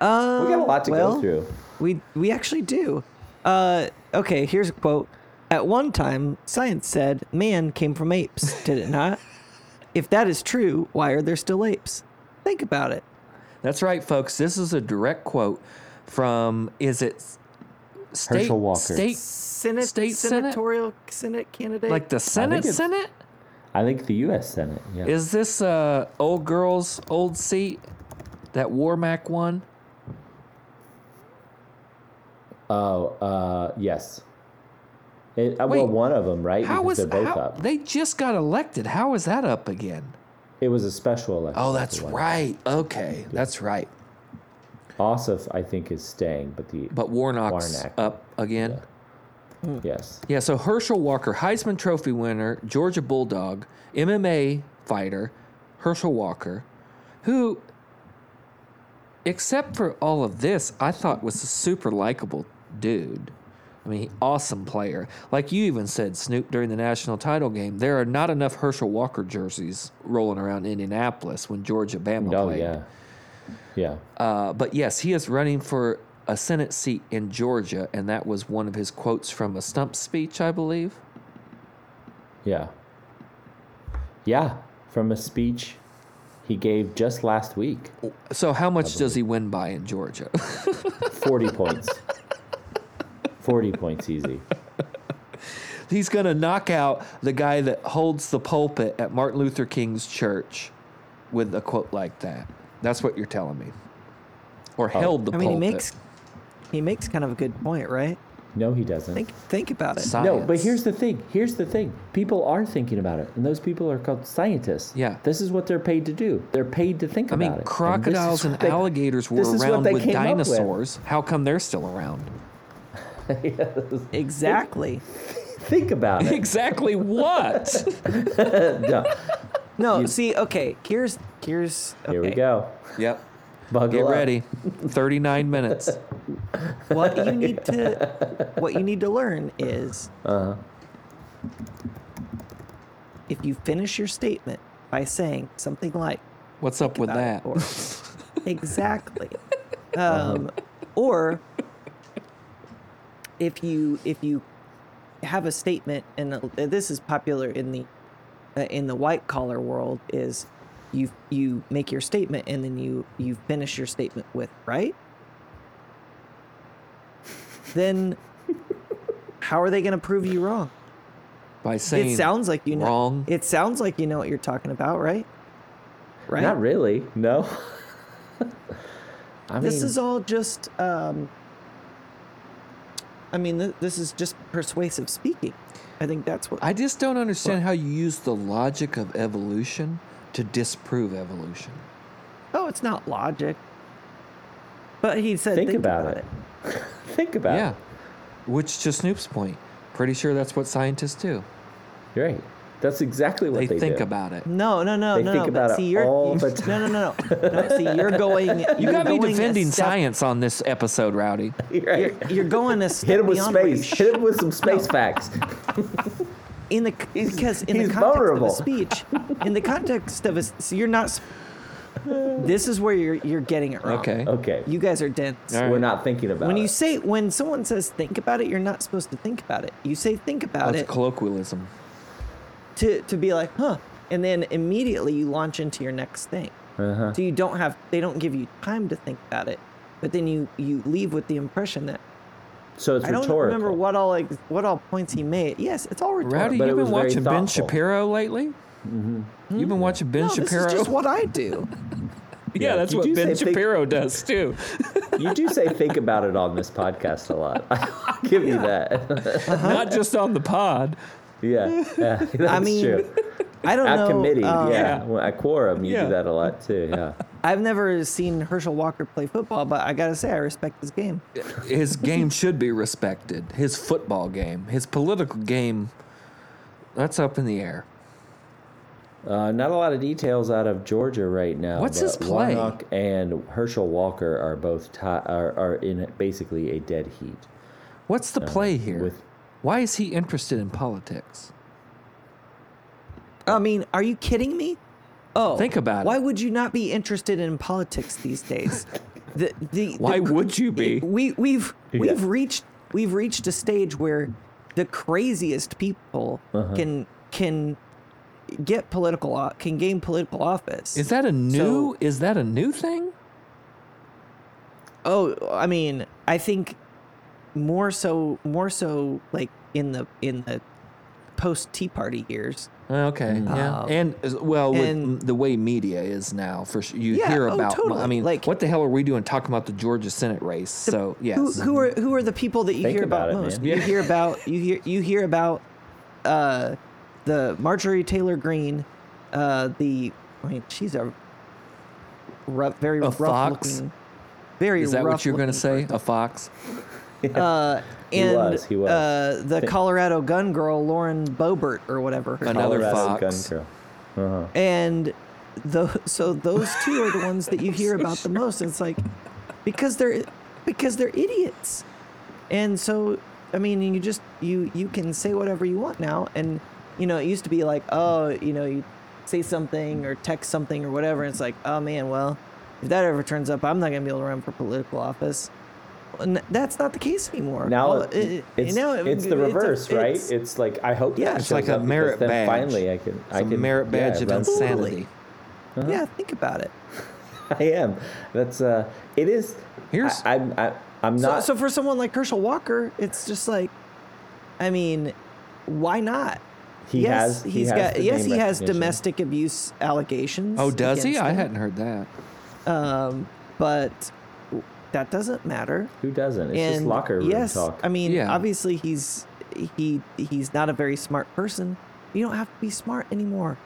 Uh,
We got a lot to
well,
go through.
We we actually do. Uh, okay, here's a quote. At one time, science said man came from apes, did it not? if that is true, why are there still apes? Think about it.
That's right, folks. This is a direct quote from, is it s- state,
Herschel Walker.
state,
Senate,
State Senate?
senatorial Senate candidate.
like the Senate
it's-
Senate?
I think the U.S. Senate. Yeah.
Is this uh, old girl's old seat? That Warmack one?
Oh, uh, yes. It, uh, well,
Wait.
one of them, right?
How
because
was
they're both
how-
up.
they just got elected? How is that up again?
It was a special election.
Oh, that's
for one.
right. Okay, that's right.
Ossoff, I think, is staying, but the
But Warnock's
Warnock.
up again. Yeah.
yes,
So Herschel Walker, Heisman Trophy winner, Georgia Bulldog, MMA fighter, Herschel Walker, who, except for all of this, I thought was a super likable dude. I mean, awesome player. Like you even said, Snoop, during the national title game, there are not enough Herschel Walker jerseys rolling around Indianapolis when Georgia Bama
oh
played.
yeah, yeah.
Uh, but yes, he is running for a Senate seat in Georgia, and that was one of his quotes from a stump speech, I believe.
Yeah. Yeah, from a speech he gave just last week.
So, how much does he win by in Georgia?
40 points. 40 points easy.
He's going to knock out the guy that holds the pulpit at Martin Luther King's church with a quote like that. That's what you're telling me. Or
Oh.
held the
I mean, he
pulpit.
makes he makes kind of a good point, right?
No, he doesn't.
Think think about it.
no, but
Science.
here's the thing. Here's the thing. People are thinking about it, and those people are called scientists.
Yeah.
This is what they're paid to do. They're paid to think
I mean,
about it. and this is
crocodiles and,
what they-
alligators were
this is what
around
they
with
came up with.
dinosaurs. How come they're still around?
Exactly.
Think about it.
Exactly what?
No.
No, see, okay, here's here's okay.
Here we go.
yep.
Buckle
Get
up.
ready. 39 minutes.
what you need to what you need to learn is if you finish your statement by saying something like
What's up with
that
that?
or exactly um, or if you if you have a statement and uh, this is popular in the uh, in the white collar world is you you make your statement and then you you finish your statement with right then how are they going to prove you wrong
By saying
it sounds like you know
wrong.
it sounds like you know what you're talking about right right
Not really. No. I
this
mean,
is all just um i mean th- this is just persuasive speaking i think that's what
I just don't understand how you use the logic of evolution to disprove evolution.
oh it's not logic but he said
think, about, it. think about
Yeah.
it.
Which, to Snoop's point, pretty sure that's what scientists do.
You're right. That's exactly what
They,
they,
think
do.
about it.
no no no
They
no
think
no, but
about it
see, you're,
all
you-
the
no no no no no see you're going
You
you're
got me
going a
defending
step-
science on this episode, Rowdy.
You're right.
you're going a
Hit
step
him with
beyond where you
space. Hit him with some space facts.
in the because in
he's
the context
vulnerable.
of a speech, in the context of a, so you're not. s- This is where you're you're getting it wrong.
Okay.
Okay.
you guys are dense.
All right.
We're not thinking about
When you
it.
say when someone says think about it, you're not supposed to think about it. You say think about
That's
it
colloquialism.
to to be like huh, and then immediately you launch into your next thing.
Uh-huh.
So you don't have they don't give you time to think about it, but then you you leave with the impression that
so it's
I don't
rhetorical.
remember what all like what all points he made. Yes, it's all rhetorical.
Rowdy,
But it
you've
was
been
very
watching Ben
thoughtful.
Shapiro lately? You've been watching Ben
no, this
Shapiro?
is just what I do.
yeah, that's
You
what
do
Ben
say think-
Shapiro does too.
You do say think about it on this podcast a lot. I'll give you that.
Not just on the pod.
yeah. yeah, That's
mean,
true.
I don't
At
know.
committee,
um,
yeah. Well, At quorum, you
Yeah.
do that a lot too. Yeah.
I've never seen Herschel Walker play football, but I gotta say I respect his game.
his game should be respected. His football game, his political game, that's up in the air.
Uh, not a lot of details out of Georgia right now.
What's his
but
play?
Warnock and Herschel Walker are both ti are, are in basically a dead heat.
Uh, What's the play here?
with-
Why is he interested in politics?
I mean, are you kidding me? Oh,
Think about it.
Why would you not be interested in politics these days? the, the,
Why
the-
would you be?
We we've we've
Yeah.
reached we've reached a stage where the craziest people can can get political o- can gain political office.
Is that a new? is that a new thing?
Oh, I mean, I think more so more so like in the in the post Tea Party years.
Uh, Okay, yeah,
Um,
and as- well, with
and-
m- the way media is now, for sure, you
Yeah,
hear
oh,
about. I
totally,
mean,
like-
what the hell are we doing talking about the Georgia Senate race? So yes,
Who, who are who are the people that you
Think
hear about,
about it,
most?
man.
You hear about you hear you hear about uh, the Marjorie Taylor Greene, uh, the I mean she's a rough, very rough
fox?
looking, very
is that what
rough
you're going to
looking
say? A fox?
Uh,
He
and
was, he was.
Uh, the Colorado gun girl Lauren Boebert or whatever her
Another
Colorado
fox.
Gun girl.
and the so those two are the ones that you hear about the most. It's like because they're because they're idiots, and so I mean you just you you can say whatever you want now, and you know it used to be like oh you know you say something or text something or whatever, and it's like oh man well if that ever turns up I'm not gonna be able to run for political office. And that's not the case anymore.
Now
All- it-
it-
it-
it's,
now it-
it's the
it's a-
reverse, right?
it's-
It's, like I hope
Yeah.
that
It's
shows
like a
up because
merit
then
badge.
Finally, I can. I
It's a
can
merit
yeah,
badge of
run for it.
insanity.
uh-huh.
Yeah, think about it.
I am. That's uh. It is.
Here's-
I, I'm. I, I'm
So,
not.
so for someone like Herschel Walker, it's just like, I mean, why not?
he has.
yes,
He
he's
has
got.
the
Yes,
name
he has
recognition.
domestic abuse allegations.
Oh, does he?
against
I
him.
hadn't heard that.
Um, but that doesn't matter.
Who doesn't? It's just
and
locker room
yes,
talk.
I mean,
Yeah.
obviously he's he he's not a very smart person. You don't have to be smart anymore.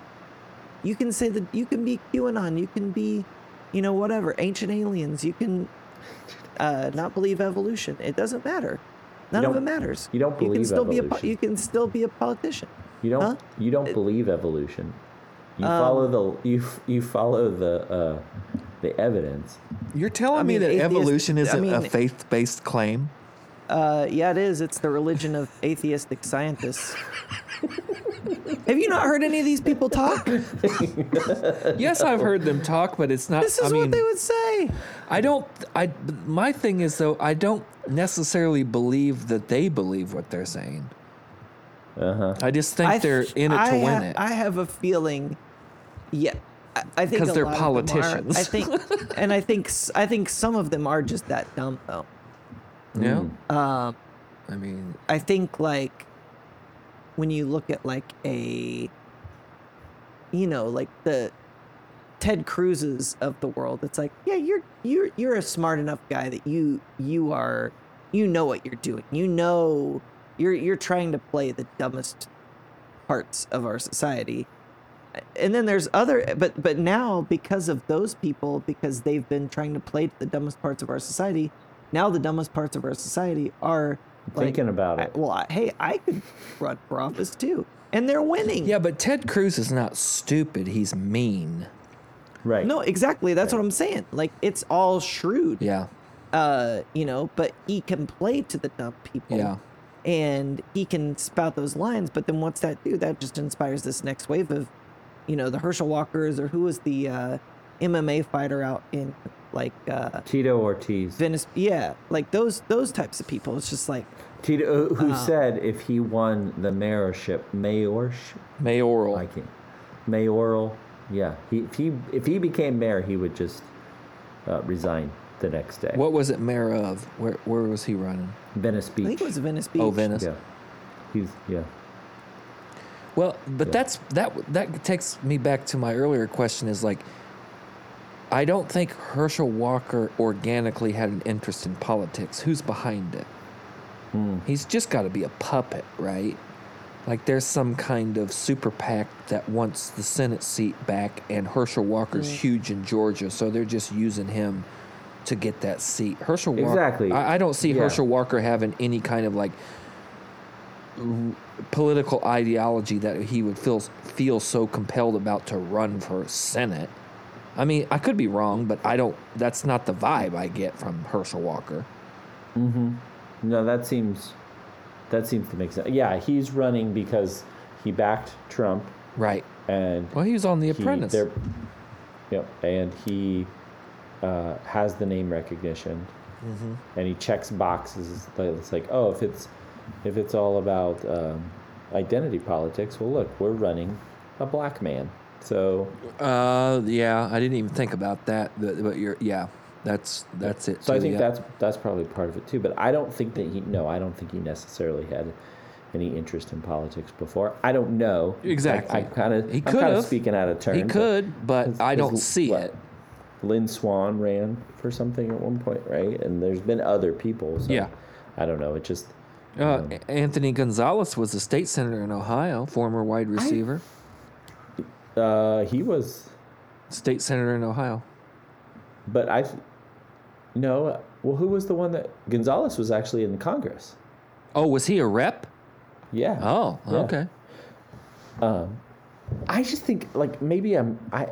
You can say that you can be QAnon. You can be, you know, whatever ancient aliens. You can uh, not believe evolution. It doesn't matter. None of
don't-
it matters.
you don't
you can
believe
still Be a, po-
evolution.
you can still be a politician.
You don't
Huh? Um,
you don't believe evolution. You follow the you f- you follow the uh, the evidence.
You're telling
I
me
mean,
that
atheist-
evolution
I
isn't a
mean-
faith-based claim?
Uh, yeah, it is. It's the religion of atheistic scientists. have you not heard any of these people talk?
Yes, I've heard them talk, but it's not.
This is
I mean,
what they would say.
I don't. I my thing is though. I don't necessarily believe that they believe what they're saying. Uh-huh. I just think
th-
they're in it
I
to win
ha-
it.
I have a feeling, yeah. I- I think
'Cause
a
they're
lot of them are.
politicians.
I think, and I think, s- I think some of them are just that dumb though.
yeah.
Um,
I mean,
I think like when you look at like a, you know, like the Ted Cruz's of the world, it's like, yeah, you're you're you're a smart enough guy that you you are you know what you're doing. You know you're you're trying to play the dumbest parts of our society. And then there's other but but now because of those people because they've been trying to play to the dumbest parts of our society, now the dumbest parts of our society are like,
Thinking about
I-
it.
well, I, hey, I could run for office too, and they're winning.
yeah, but Ted Cruz is not stupid. He's mean.
Right.
No, exactly. That's what I'm saying. Like it's all shrewd.
Yeah.
Uh, you know, but he can play to the dumb people.
Yeah.
And he can spout those lines, but then what's that do? That just inspires this next wave of, you know, the Herschel Walkers or who was the uh, MMA fighter out in like uh,
Tito Ortiz.
Venice? Yeah, like those those types of people. It's just like
Tito
Uh.
who said if he won the mayorship mayorship
Mayoral.
I can't mayoral yeah he if he if he became mayor he would just uh, resign the next day.
what was it mayor of? Where Where was he running?
Venice Beach.
I think it was Venice Beach.
Oh, Venice.
Yeah. He's yeah.
Well, but that's that that takes me back to my earlier question is like I don't think Herschel Walker organically had an interest in politics. Who's behind it? He's just got to be a puppet, right? Like there's some kind of super PAC that wants the Senate seat back and Herschel Walker's huge in Georgia, so they're just using him to get that seat. Herschel Walker
Exactly.
I, I don't see
Yeah.
Herschel Walker having any kind of like political ideology that he would feel feel so compelled about to run for Senate. I mean, I could be wrong, but I don't. That's not the vibe I get from Herschel Walker.
No, that seems That seems to make sense. Yeah, he's running because he backed Trump
Right.
and
Well, he was on The
he-
Apprentice.
they're- Yep, and he uh, has the name recognition,
Mm-hmm.
and he checks boxes. that It's like, oh, if it's if it's all about um, identity politics, well, look, we're running a black man, so
Uh, yeah, I didn't even think about that. But, but you're, yeah, that's that's it.
So I
too,
think
yeah.
that's that's probably part of it too. But I don't think that he no, I don't think he necessarily had any interest in politics before. I don't know
Exactly.
I, kind of
He
I'm kind
could've.
of speaking out of turn.
he
but
could, but
his-
I
his
don't
l-
see
what?
it.
Lynn Swan ran for something at one point, right? And there's been other people. So
Yeah.
I don't know. It just
Uh, Anthony Gonzalez was a state senator in Ohio, former wide receiver,
uh, he was,
state senator in Ohio.
but I no. Well, who was the one that Gonzalez was actually in Congress?
Oh, was he a rep?
Yeah.
Oh,
Yeah.
okay.
I just think like maybe I'm I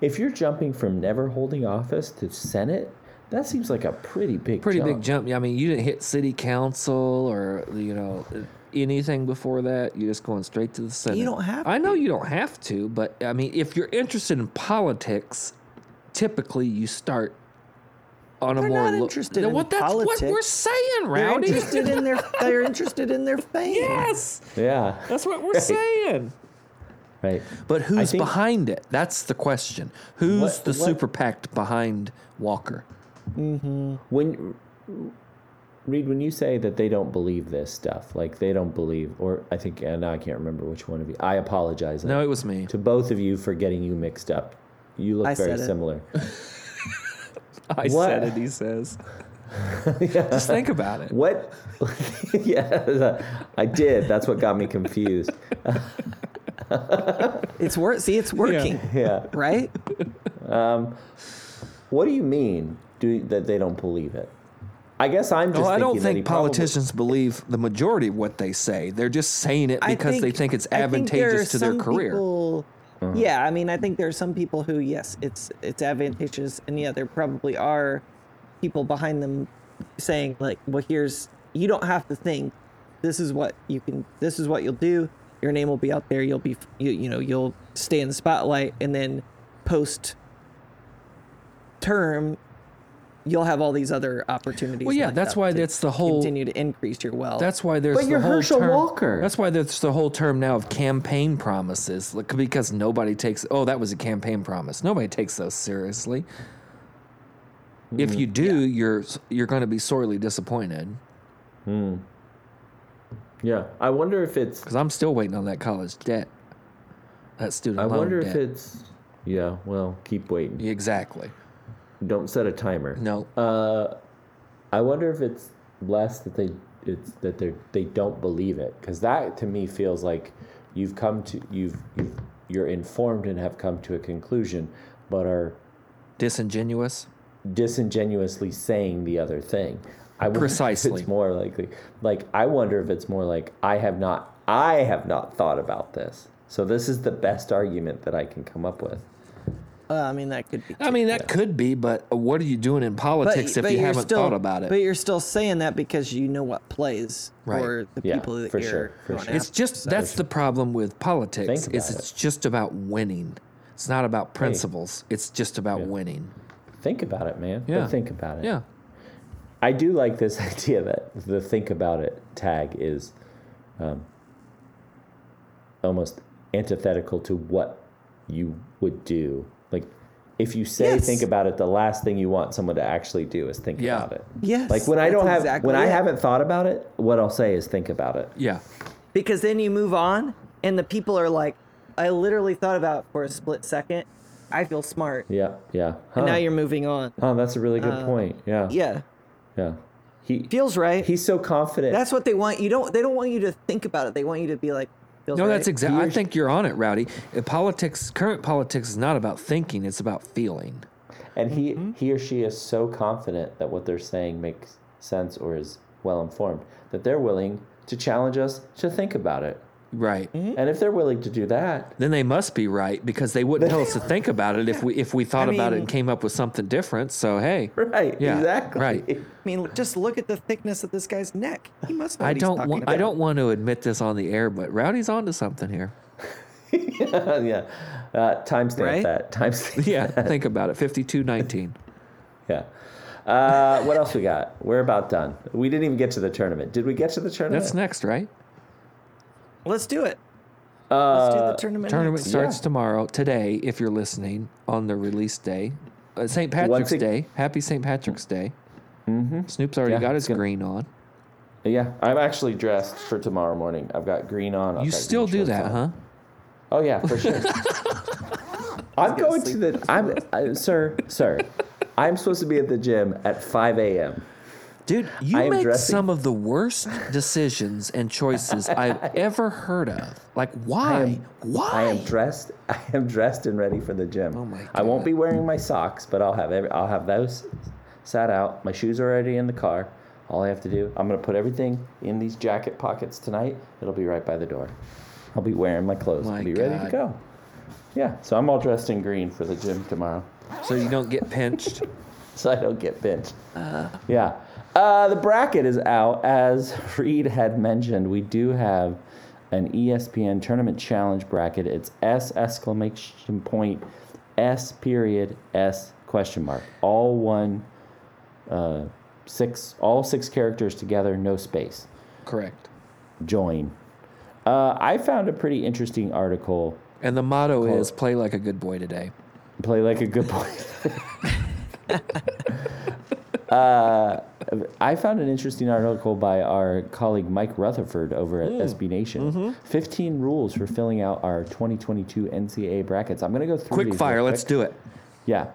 if you're jumping from never holding office to Senate, that seems like a pretty big
Pretty
jump.
big jump. Yeah, I mean, you didn't hit city council or you know anything before that. You're just going straight to the Senate.
don't have
I know you don't have to, but I mean, if you're interested in politics, typically you start on a
They're
more
not
lo-
interested
No,
in
well, that's what we're
politics.
saying,
They're
Rowdy.
interested in their. They're interested in their fame.
yes,
Yeah.
that's what we're saying.
Right.
But who's
think-
behind it? That's the question. Who's
What-
the
what-
super PAC behind Walker?
When Reed, when you say that they don't believe this stuff, like they don't believe or I think and now I can't remember which one of you. I apologize
No, it was me.
to both of you for getting you mixed up. You look
I
very
said it.
similar.
I
What?
said it. He says. Just think about it.
What? yeah, I did. That's what got me confused.
It's work. See, it's working,
Yeah.
right?
What do you mean do, that they don't believe it? I guess I'm just.
Well, I don't
thinking that he
think
probably-
politicians believe the majority of what they say. They're just saying it
I
because they think it's
I there
advantageous
are
to their
some
career.
people- Yeah, I mean, I think there are some people who, yes, it's it's advantageous, and yeah, there probably are people behind them saying like, well, here's you don't have to think. This is what you can. This is what you'll do. Your name will be out there. You'll be you, you know you'll stay in the spotlight, and then post term, you'll have all these other opportunities.
Well, yeah,
lined
that's
up
why
to
that's the whole-
continue to increase your wealth.
That's why there's
But
the
you're
whole
Herschel
term,
Walker.
That's why there's the whole term now of campaign promises, like, because nobody takes. Oh, that was a campaign promise. Nobody takes those seriously. If you do, you're s- you're going to be sorely disappointed.
Yeah, I wonder if it's.
Because I'm still waiting on that college debt, that student
I
loan
wonder if
debt.
it's. Yeah. Well, keep waiting.
Yeah, exactly.
Don't set a timer.
No,
Uh, I wonder if it's less that they it's that they they don't believe it because that to me feels like you've come to you've, you've you're informed and have come to a conclusion, but are
disingenuous.
disingenuously saying the other thing. I wonder if
Precisely.
it's more likely. Like I wonder if it's more like I have not. I have not thought about this. So this is the best argument that I can come up with.
uh, I mean, that could be.
I mean, that could be, but what are you doing in politics if you
you're
haven't
still-
thought about it?
But you're still saying that because you know what plays
Right.
or the
Yeah,
people that
for
you're
sure, for
going
sure.
It's
after.
just that's the problem with politics.
Think
Is
about
it's just about winning. It's not about principles. It's just about
Yeah.
winning.
Think about it, man. But
Yeah.
think about it.
Yeah.
I do like this idea that the think about it tag is um, almost antithetical to what you would do. Like, if you say
Yes.
think about it, the last thing you want someone to actually do is think
Yeah.
about it.
Yes,
Like when I
that's
don't have
exactly
when I
it.
haven't thought about it, what I'll say is think about it.
Yeah.
because then you move on and the people are like, I literally thought about it for a split second. I feel smart.
Yeah, yeah. Huh.
And now you're moving on.
Huh, that's a really good point. Yeah.
Uh, Yeah,
Yeah. He
feels right.
he's so confident.
that's what they want. You don't. They don't want you to think about it. They want you to be like, feels
No, that's
right.
exactly. I think you're on it, Rowdy. Uh, Politics, current politics, is not about thinking; it's about feeling.
and he
Mm-hmm.
he or she is so confident that what they're saying makes sense or is well informed that they're willing to challenge us to think about it
Right.
Mm-hmm.
And if they're willing to do that,
Then they must be right because they wouldn't tell us to think about it if we if we thought
I
about it
mean-
and came up with something different. So hey,
right?
Yeah,
exactly.
right.
I mean, just look at the thickness of this guy's neck. He must. Know
I
what he's
don't
talking
want
about.
I don't want to admit this on the air, but Rowdy's onto something here.
yeah. Uh, timestamp
Right?
that. Timestamp.
Yeah, think about it. Fifty two nineteen.
Yeah. Uh, what else we got? We're about done. We didn't even get to the tournament. Did we get to the tournament?
That's next, right?
Let's do it.
Uh,
Let's do the tournament.
Tournament
next.
starts
yeah.
tomorrow, today, if you're listening on the release day, uh, St. Patrick's
ag-
Day. Happy St. Patrick's Day. Mm-hmm. Snoop's already
Yeah,
got
it's
his
gonna-
green on.
yeah. I'm actually dressed for tomorrow morning. I've got green on. I've
You
got
still
green
do
shorts
that,
on.
huh?
Oh yeah, for sure. I'm going to the. I'm I, sir, sir. I'm supposed to be at the gym at 5 a.m.
Dude, you
I am
make
dressing-
some of the worst decisions and choices I've ever heard of. Like, why? why?
I am dressed. I am dressed and ready for the gym.
Oh my
I won't
God.
be wearing my socks, but I'll have every, I'll have those sat out. My shoes are already in the car. All I have to do, I'm gonna put everything in these jacket pockets tonight. It'll be right by the door. I'll be wearing my clothes.
My
I'll be ready to
God.
go. Yeah, so I'm all dressed in green for the gym tomorrow.
so you don't get pinched.
so I don't get pinched. yeah. Uh, the bracket is out. As Reed had mentioned, we do have an E ESPN tournament challenge bracket. It's S exclamation point S period S question mark. All one uh, six all six characters together, no space
Correct.
join. Uh, I found a pretty interesting article.
And the motto is play like a good boy today.
Play like a good boy. uh, I found an interesting article by our colleague Mike Rutherford over at SB Nation.
Mm-hmm.
15 rules for filling out our 2022 NCAA brackets. I'm going to go through
Quick
these
fire,
real
let's
quick.
do it.
Yeah.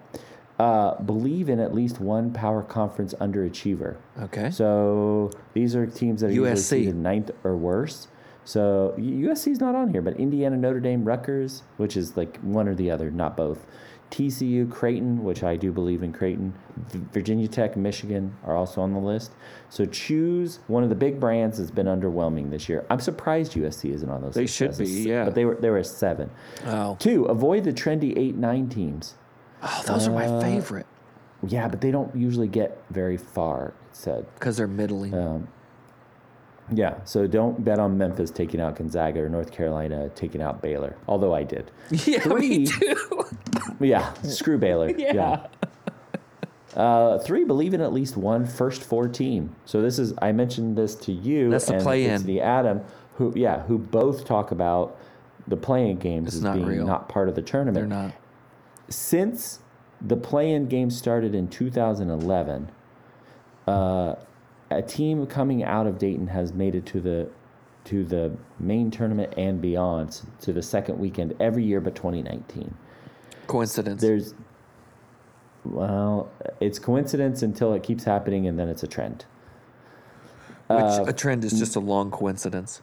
Uh, believe in at least one power conference underachiever.
Okay.
So these are teams that are
USC.
usually seeded ninth or worse. So USC is not on here, but Indiana, Notre Dame, Rutgers, which is like one or the other, not both. TCU, Creighton, which I do believe in Creighton, V- Virginia Tech, Michigan are also on the list. So choose one of the big brands that's been underwhelming this year. I'm surprised USC isn't on those.
They
lists
should
as a
be,
s-
yeah.
But they were they were a seven.
oh.
Two, avoid the trendy eight nine teams.
oh, those are
uh,
my favorite
Yeah, but they don't usually get very far. It said.
because they're middling.
Yeah, so don't bet on Memphis taking out Gonzaga or North Carolina taking out Baylor. Although I did.
yeah,
three.
me too.
Yeah, screw Baylor. Yeah. Uh, three, believe in at least one first four team. So this is I mentioned this to you.
That's the
and
play-in.
it's The Adam, who yeah, who both talk about the playing games
It's
as
not
being
real.
not part of the tournament.
They're not.
Since the play-in game started in 2011, uh, a team coming out of Dayton has made it to the to the main tournament and beyond s- to the second weekend every year but 2019.
Coincidence.
There's well, it's coincidence until it keeps happening and then it's a trend.
Which
uh,
a trend is just a long coincidence.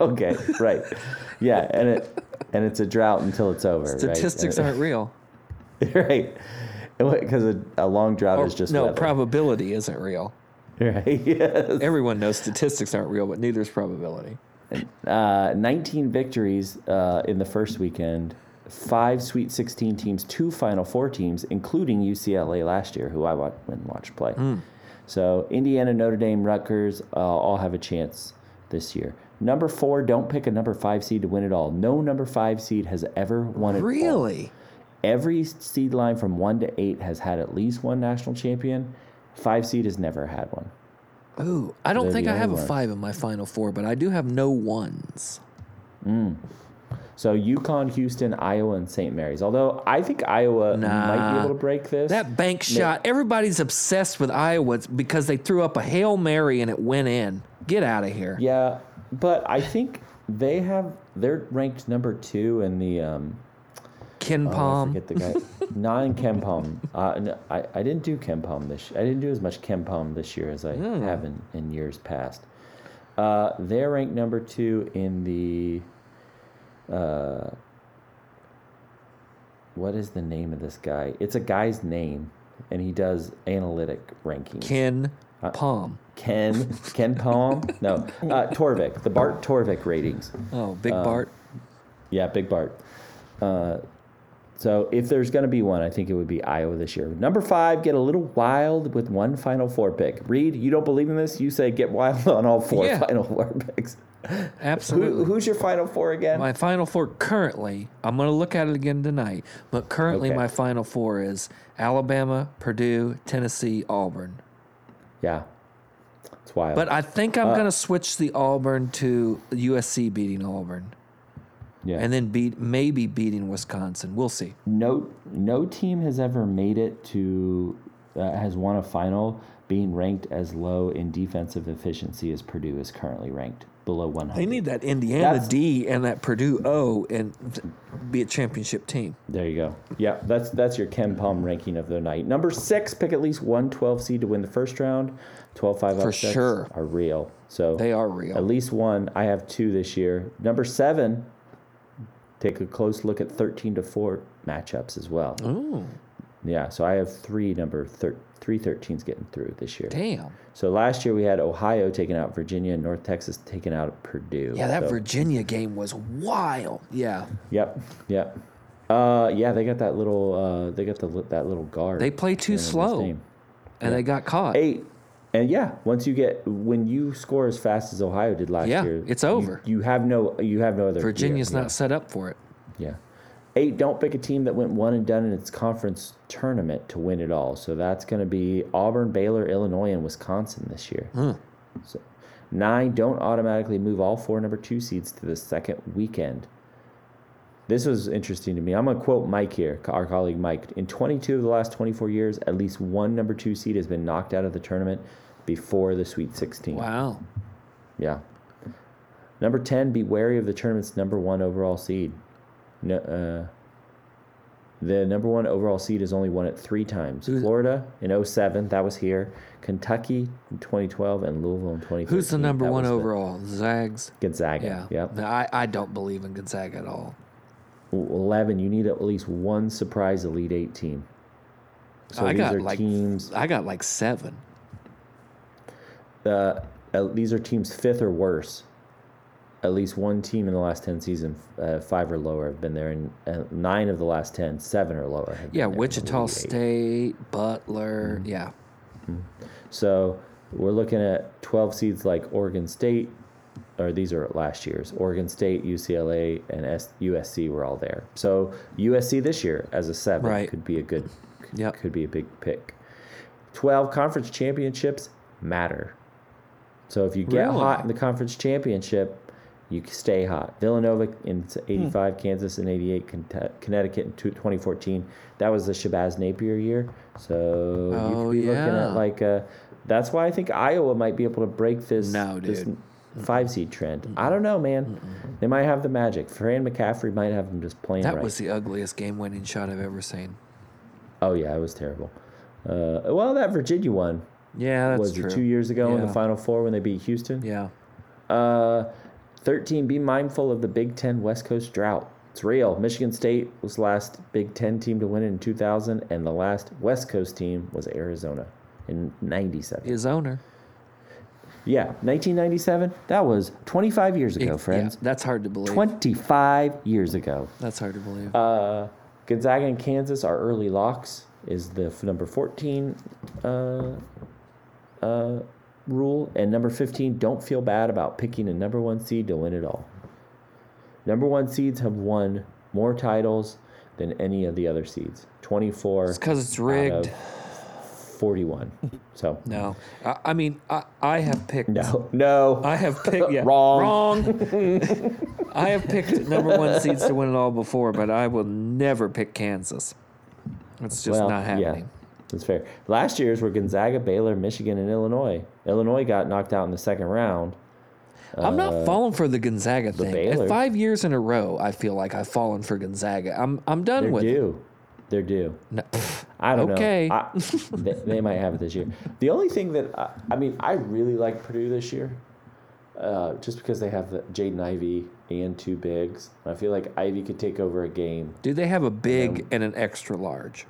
Okay, right. Yeah, and it and it's a drought until it's over, right? And
Statistics
it-
aren't real.
right. Because a, a long drought
Or-
is just
Oh, no,
weather,
probability isn't real.
right. Yes.
Everyone knows statistics aren't real, but neither is probability.
uh, 19 victories uh, in the first weekend, five Sweet 16 teams, two Final Four teams, including UCLA last year, who I wa- went and watched play. So Indiana, Notre Dame, Rutgers uh, all have a chance this year. Number four, don't pick a number five seed to win it all. No number five seed has ever won it. all.
Really?
Every seed line from one to eight has had at least one national champion. Five seed has never had one.
Ooh, I don't
They're
think
the
I have a
only ones.
five in my final four, but I do have no ones.
So Yukon, Houston, Iowa, and St. Mary's. Although I think Iowa might be
Nah.
able to break this.
That bank shot, everybody's obsessed with Iowa because they threw up a Hail Mary and it went in. Get out of here.
Yeah, but I think they have they're ranked number two in the um
Ken
Oh, I
Palm.
forget the guy non Kempom. Uh, n- I I didn't do Kempom this. I didn't do as much Kempom this year as I
Hmm.
have in, in years past. Uh, they're ranked number two in the. Uh, what is the name of this guy? It's a guy's name, and he does analytic rankings.
Ken Palm.
Ken Ken Palm? No, uh, Torvik. The Bart Torvik ratings.
Oh, Big
uh,
Bart.
Yeah, Big Bart. Uh, so if there's going to be one, I think it would be Iowa this year. Number five, get a little wild with one Final Four pick. Reed, you don't believe in this? You say get wild on all four
Yeah.
Final Four picks. Who,
Absolutely.
who's your Final Four again?
My final four currently, I'm going to look at it again tonight, but currently
Okay.
my final four is Alabama, Purdue, Tennessee, Auburn.
yeah, it's wild.
But I think
Uh,
I'm going to switch the Auburn to USC beating Auburn
yeah.
and then beat maybe beating Wisconsin. We'll see.
no no team has ever made it to uh, has won a final being ranked as low in defensive efficiency as Purdue is currently ranked below 100.
They need that Indiana
That's-
D and that Purdue O and th- be a championship team.
There you go. Yeah, that's that's your Ken Palm ranking of the night. Number six, pick at least one 12 seed to win the first round. 12 5
For
upsets
sure.
are real. So
They are
At
real.
least one. I have two this year. Number seven, take a close look at 13 to 4 matchups as well.
Ooh,
Yeah, so I have three number thir- three 13s getting through this year.
damn.
So last year we had Ohio taking out Virginia and North Texas taking out Purdue.
Yeah, that
So-
Virginia game was wild. Yeah.
Yep, yep. Uh, yeah, they got that little. Uh, they got the li- that little guard.
They play too
I can't remember his
slow.
name.
And they got caught.
Eight, and yeah, once you get when you score as fast as Ohio did last
Yeah,
year,
it's
you-
over.
You, have no. You have no other.
Virginia's
yeah,
not set up for it.
Yeah. Eight, don't pick a team that went one and done in its conference tournament to win it all. So that's going to be Auburn, Baylor, Illinois, and Wisconsin this year. So, nine, don't automatically move all four number two seeds to the second weekend. This was interesting to me. I'm going to quote Mike here, our colleague Mike. In 22 of the last 24 years, at least one number two seed has been knocked out of the tournament before the Sweet 16.
Wow.
Yeah. Number 10, be wary of the tournament's number one overall seed. No, uh, the number one overall seed has only won it three times
Who's-
Florida in 07, that was here, Kentucky in 2012, and Louisville in 2013.
Who's the number
That
one
was the-
overall? Zags. Yeah.
Gonzaga.
No,
Yep.
I, I don't believe in Gonzaga at all.
11, you need at least one surprise Elite Eight team. So
I
these
got
are
like
teams.
I got like seven.
uh, uh, these are teams fifth or worse. At least one team in the last ten seasons, uh, five or lower, have been there, and uh, nine of the last ten, seven or lower. Have been
Yeah,
there in the
Wichita
Elite Eight. Mm-hmm.
State, Butler. Yeah.
So we're looking at twelve seeds like Oregon State, or these are last year's. Oregon State, UCLA, and S- USC were all there. So USC this year as a seven
Right.
could be a good,
Yep.
could be a big pick. Twelve conference championships matter. So if you get
Really?
hot in the conference championship, you c- stay hot. Villanova in s-
Hmm.
85, Kansas in 88, Kent- Connecticut in two- 2014. That was the Shabazz Napier year. So you
Oh,
could be looking
yeah.
at like a, that's why I think Iowa might be able to break this,
No,
this
dude.
five seed trend. I don't know, man. They might have the magic. Fran McCaffrey might have them just playing
That
right.
was the ugliest game winning shot I've ever seen.
oh, yeah, it was terrible. Uh, well, that Virginia one
Yeah, that's
was
true.
it two years ago in the
Yeah.
Final Four when they beat Houston.
Yeah.
Uh, 13, be mindful of the Big Ten West Coast drought. It's real. Michigan State was the last Big Ten team to win it in 2000, and the last West Coast team was Arizona in 97.
His owner.
Yeah, 1997, that was 25 years ago,
Yeah,
friends.
that's hard to believe.
25 years ago.
That's hard to believe.
Uh, Gonzaga and Kansas are early locks, is the f- number 14 uh, uh, rule. And number 15, don't feel bad about picking a number one seed to win it all. Number one seeds have won more titles than any of the other seeds 24
it's because it's
out
rigged.
of 41. So,
No. I, I mean, I, I have picked.
no, no.
I have picked yeah,
Wrong.
Wrong. I have picked number one seeds to win it all before, but I will never pick Kansas. It's just not happening.
Yeah, that's fair. Last year's were Gonzaga, Baylor, Michigan, and Illinois. Illinois got knocked out in the second round.
I'm not falling for the Gonzaga thing.
uh, Baylor.
At five years in a row, I feel like I've fallen for Gonzaga. I'm I'm done
They're
with it.
due. They're due.
No, pff,
I don't
Okay.
know. I, they, they might have it this year. The only thing that I, I mean, I really like Purdue this year, uh, just because they have the Jaden Ivy and two bigs. I feel like Ivy could take over a game.
Do they have a big and an extra large?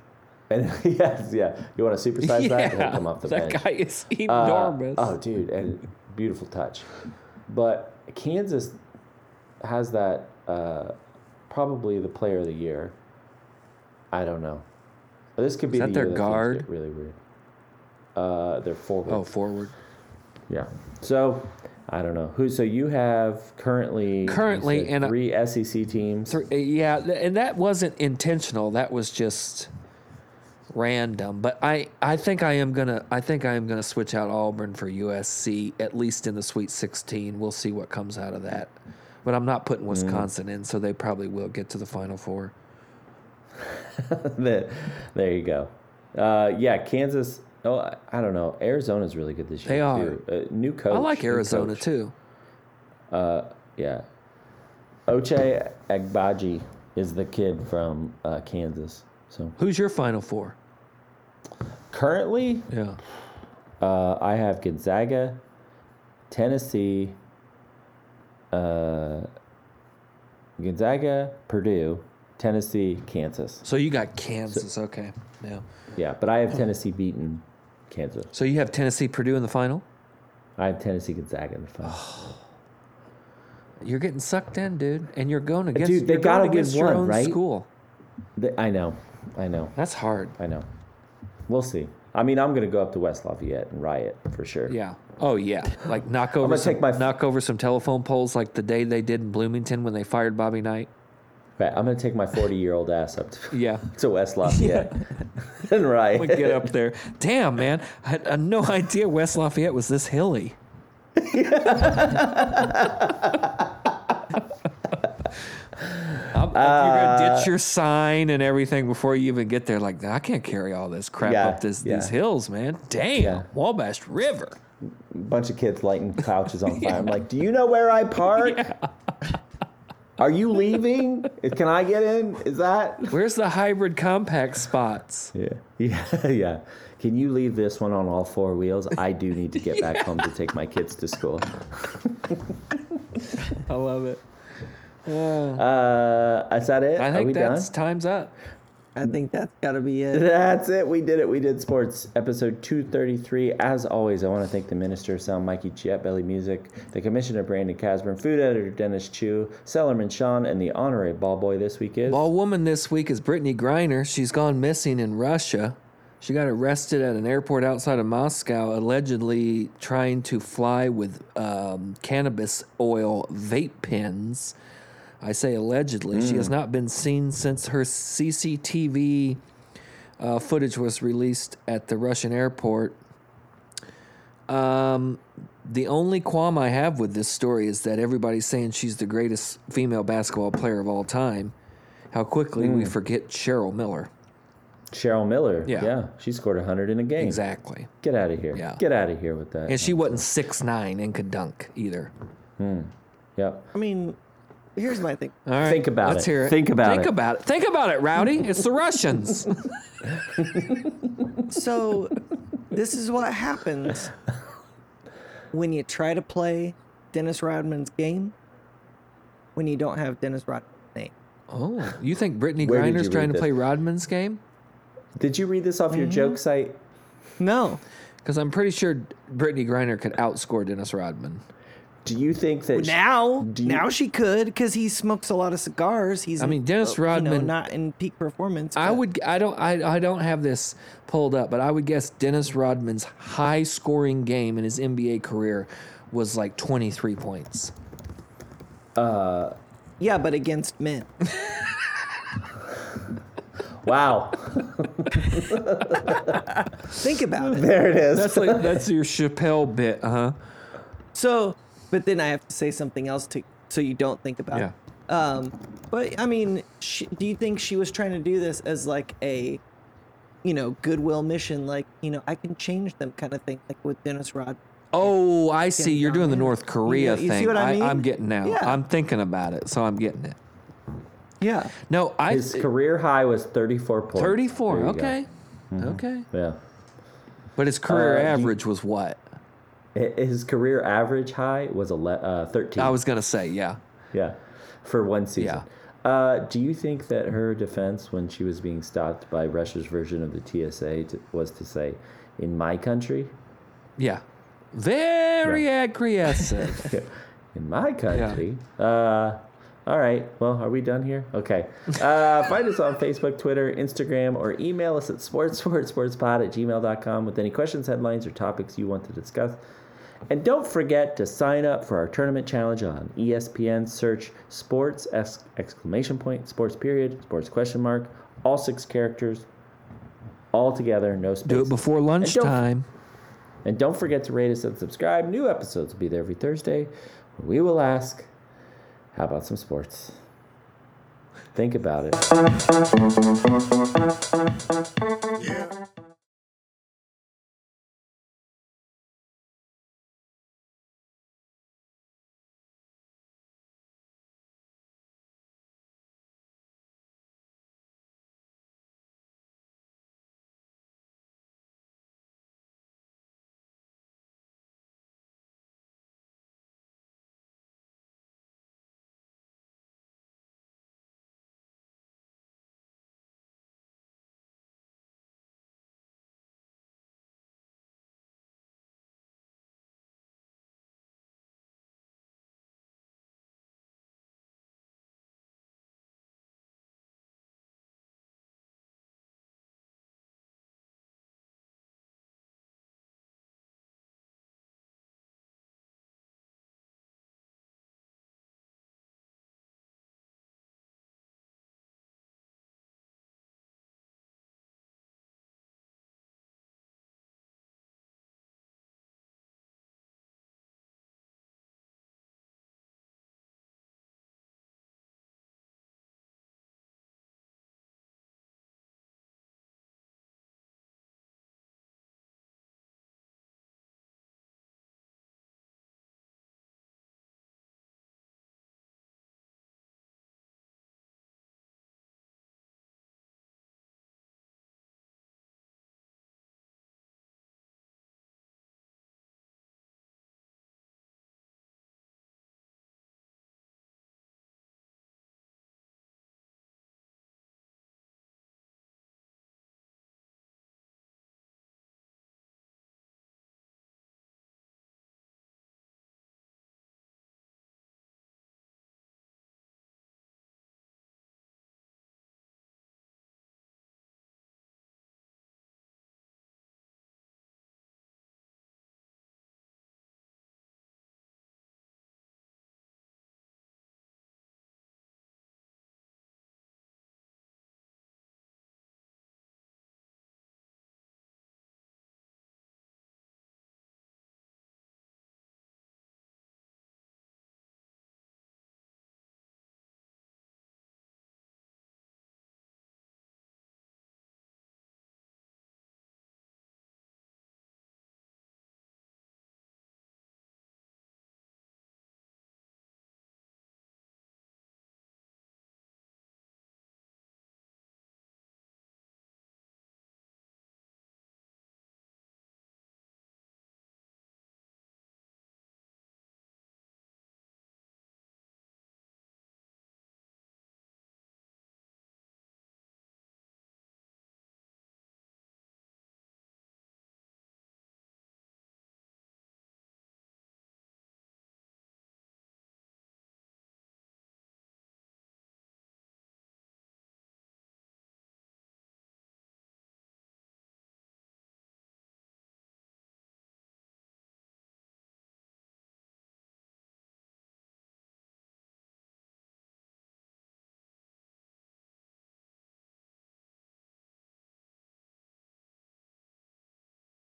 And yes, yeah. You want to supersize that? He'll come off the
that
bench.
guy is
Uh,
enormous.
oh, dude, and beautiful touch. But Kansas has that uh, probably the player of the year. I don't know. This could be
that
the
their
year things
guard?
get really weird. Uh, their forward.
oh, forward.
Yeah.
So I don't know who. So you have currently you
Currently
said
in a-
three SEC teams.
Thr- uh, Yeah, th- and that wasn't intentional. That was just random. But I, I think I am gonna, I think I am gonna switch out Auburn for USC at least in the Sweet 16. We'll see what comes out of that. But I'm not
Mm.
putting Wisconsin in, so they probably will get to the Final Four.
there there you go. Uh, yeah, Kansas. Oh, I- I don't know. Arizona's really good this year.
They are.
Too. Uh, new coach.
I like
new
Arizona
coach.
too.
Yeah. Oche Agbaji is the kid from uh, Kansas. So
Who's your Final Four?
currently,
Yeah,
uh, I have Gonzaga, Tennessee, uh, Gonzaga, Purdue, Tennessee, Kansas.
so you got Kansas. okay, yeah.
Yeah, but I have Tennessee beaten Kansas.
So you have Tennessee, Purdue in the final.
I have Tennessee Gonzaga in the final.
You're getting sucked in, dude, and you're going against.
Dude, they
you're going
gotta win
against your
one,
own
right?
school.
Th- I know, I know,
That's hard.
I know. We'll see. I mean, I'm gonna go up to West Lafayette and riot for sure.
Yeah. Oh yeah. Like knock over
gonna
some,
take my-
knock over some telephone poles like the day they did in Bloomington when they fired Bobby Knight.
Right, I'm gonna take my 40 year old ass up to,
Yeah.
to West Lafayette and riot.
We get up there. Damn, man. I had I had no idea West Lafayette was this hilly. I'm, you're gonna
Uh,
ditch your sign and everything before you even get there. Like, I can't carry all this crap
Yeah,
up this,
yeah.
these hills, man. Damn,
Yeah.
Wabash River.
bunch of kids lighting couches on fire. I'm like, do you know where I park? Are you leaving? Can I get in? Is that?
Where's the hybrid compact spots?
Yeah. Yeah. Yeah. Can you leave this one on all four wheels? I do need to get back home to take my kids to school.
I love it.
Uh, is that it?
I
Are we
think
done?
that's time's up.
I think that's got to be it.
That's it. We did it. We did sports. Episode 233. As always, I want to thank the Minister of Sound, Mikey Chiat, Belly Music, the Commissioner, Brandon Casburn, Food Editor, Dennis Chu, Sellerman Sean, and the Honorary Ball Boy this week is.
Ball woman this week is Brittany Griner. She's gone missing in Russia. She got arrested at an airport outside of Moscow, allegedly trying to fly with um, cannabis oil vape pens. I say allegedly. She has not been seen since her CCTV uh, footage was released at the Russian airport. Um, the only qualm I have with this story is that everybody's saying she's the greatest female basketball player of all time. How quickly we
Mm.
forget Cheryl Miller.
Cheryl Miller.
Yeah.
She scored 100 in a game.
Exactly.
Get out of here.
Yeah.
Get out of here with that.
And she wasn't six nine and could dunk either.
Yep.
I mean, here's my thing.
All right.
Think about
Let's
it.
hear it.
Think about
Think
it.
about it. Think about it, Rowdy. It's the Russians.
So, this is what happens when you try to play Dennis Rodman's game when you don't have Dennis Rodman's name.
oh, you think Brittany
Where did you
Griner's
read
trying to
this?
play Rodman's game?
Did you read this off
Mm-hmm.
your joke site?
No.
Because I'm pretty sure Brittany Griner could outscore Dennis Rodman.
Do you think that she-
Now,
do you-
now she could because he smokes a lot of cigars. He's
I mean, Dennis
you know,
Rodman-
not in peak performance.
I
but-
would. I don't. I, I don't have this pulled up, but I would guess Dennis Rodman's high scoring game in his NBA career was like twenty three points.
Yeah, but against men.
Wow.
Think about it.
there it is.
That's like that's your Chappelle bit, uh-huh. huh?
So, but then I have to say something else to so you don't think about.
Yeah.
It. Um, but I mean, sh do you think she was trying to do this as like a, you know, goodwill mission, like you know, I can change them kind of thing, like with Dennis Rod?
Oh, I see.
Yeah,
You're doing the
yeah.
North Korea
You see
thing.
what I mean?
am getting now.
Yeah.
I'm thinking about it, so I'm getting it.
Yeah.
No, I
His career high was 34 points.
thirty four.
There you go.
Okay, okay.
Yeah.
But his career
Uh, you-
average was what?
Hi- His career
Oh,
average high was ele- uh, 13.
I was gonna say, yeah.
yeah. For one season. Uh, do you think that her defense, when she was being stopped by Russia's version of the TSA, to, was to say, "In my country,
Yeah. Very aggressive.
in my country"? Uh, all right. Well, are we done here? Okay. Uh, find us on Facebook, Twitter, Instagram, or email us at sports sports sportspod at gmail.com with any questions, headlines, or topics you want to discuss. And don't forget to sign up for our tournament challenge on E ESPN. Search sports ex- exclamation point, sports period, sports question mark, all six characters, all together, no space.
Do it before lunchtime.
And don't forget to rate us and subscribe. New episodes will be there every Thursday. We will ask, how about some sports? Think about it.
Yeah.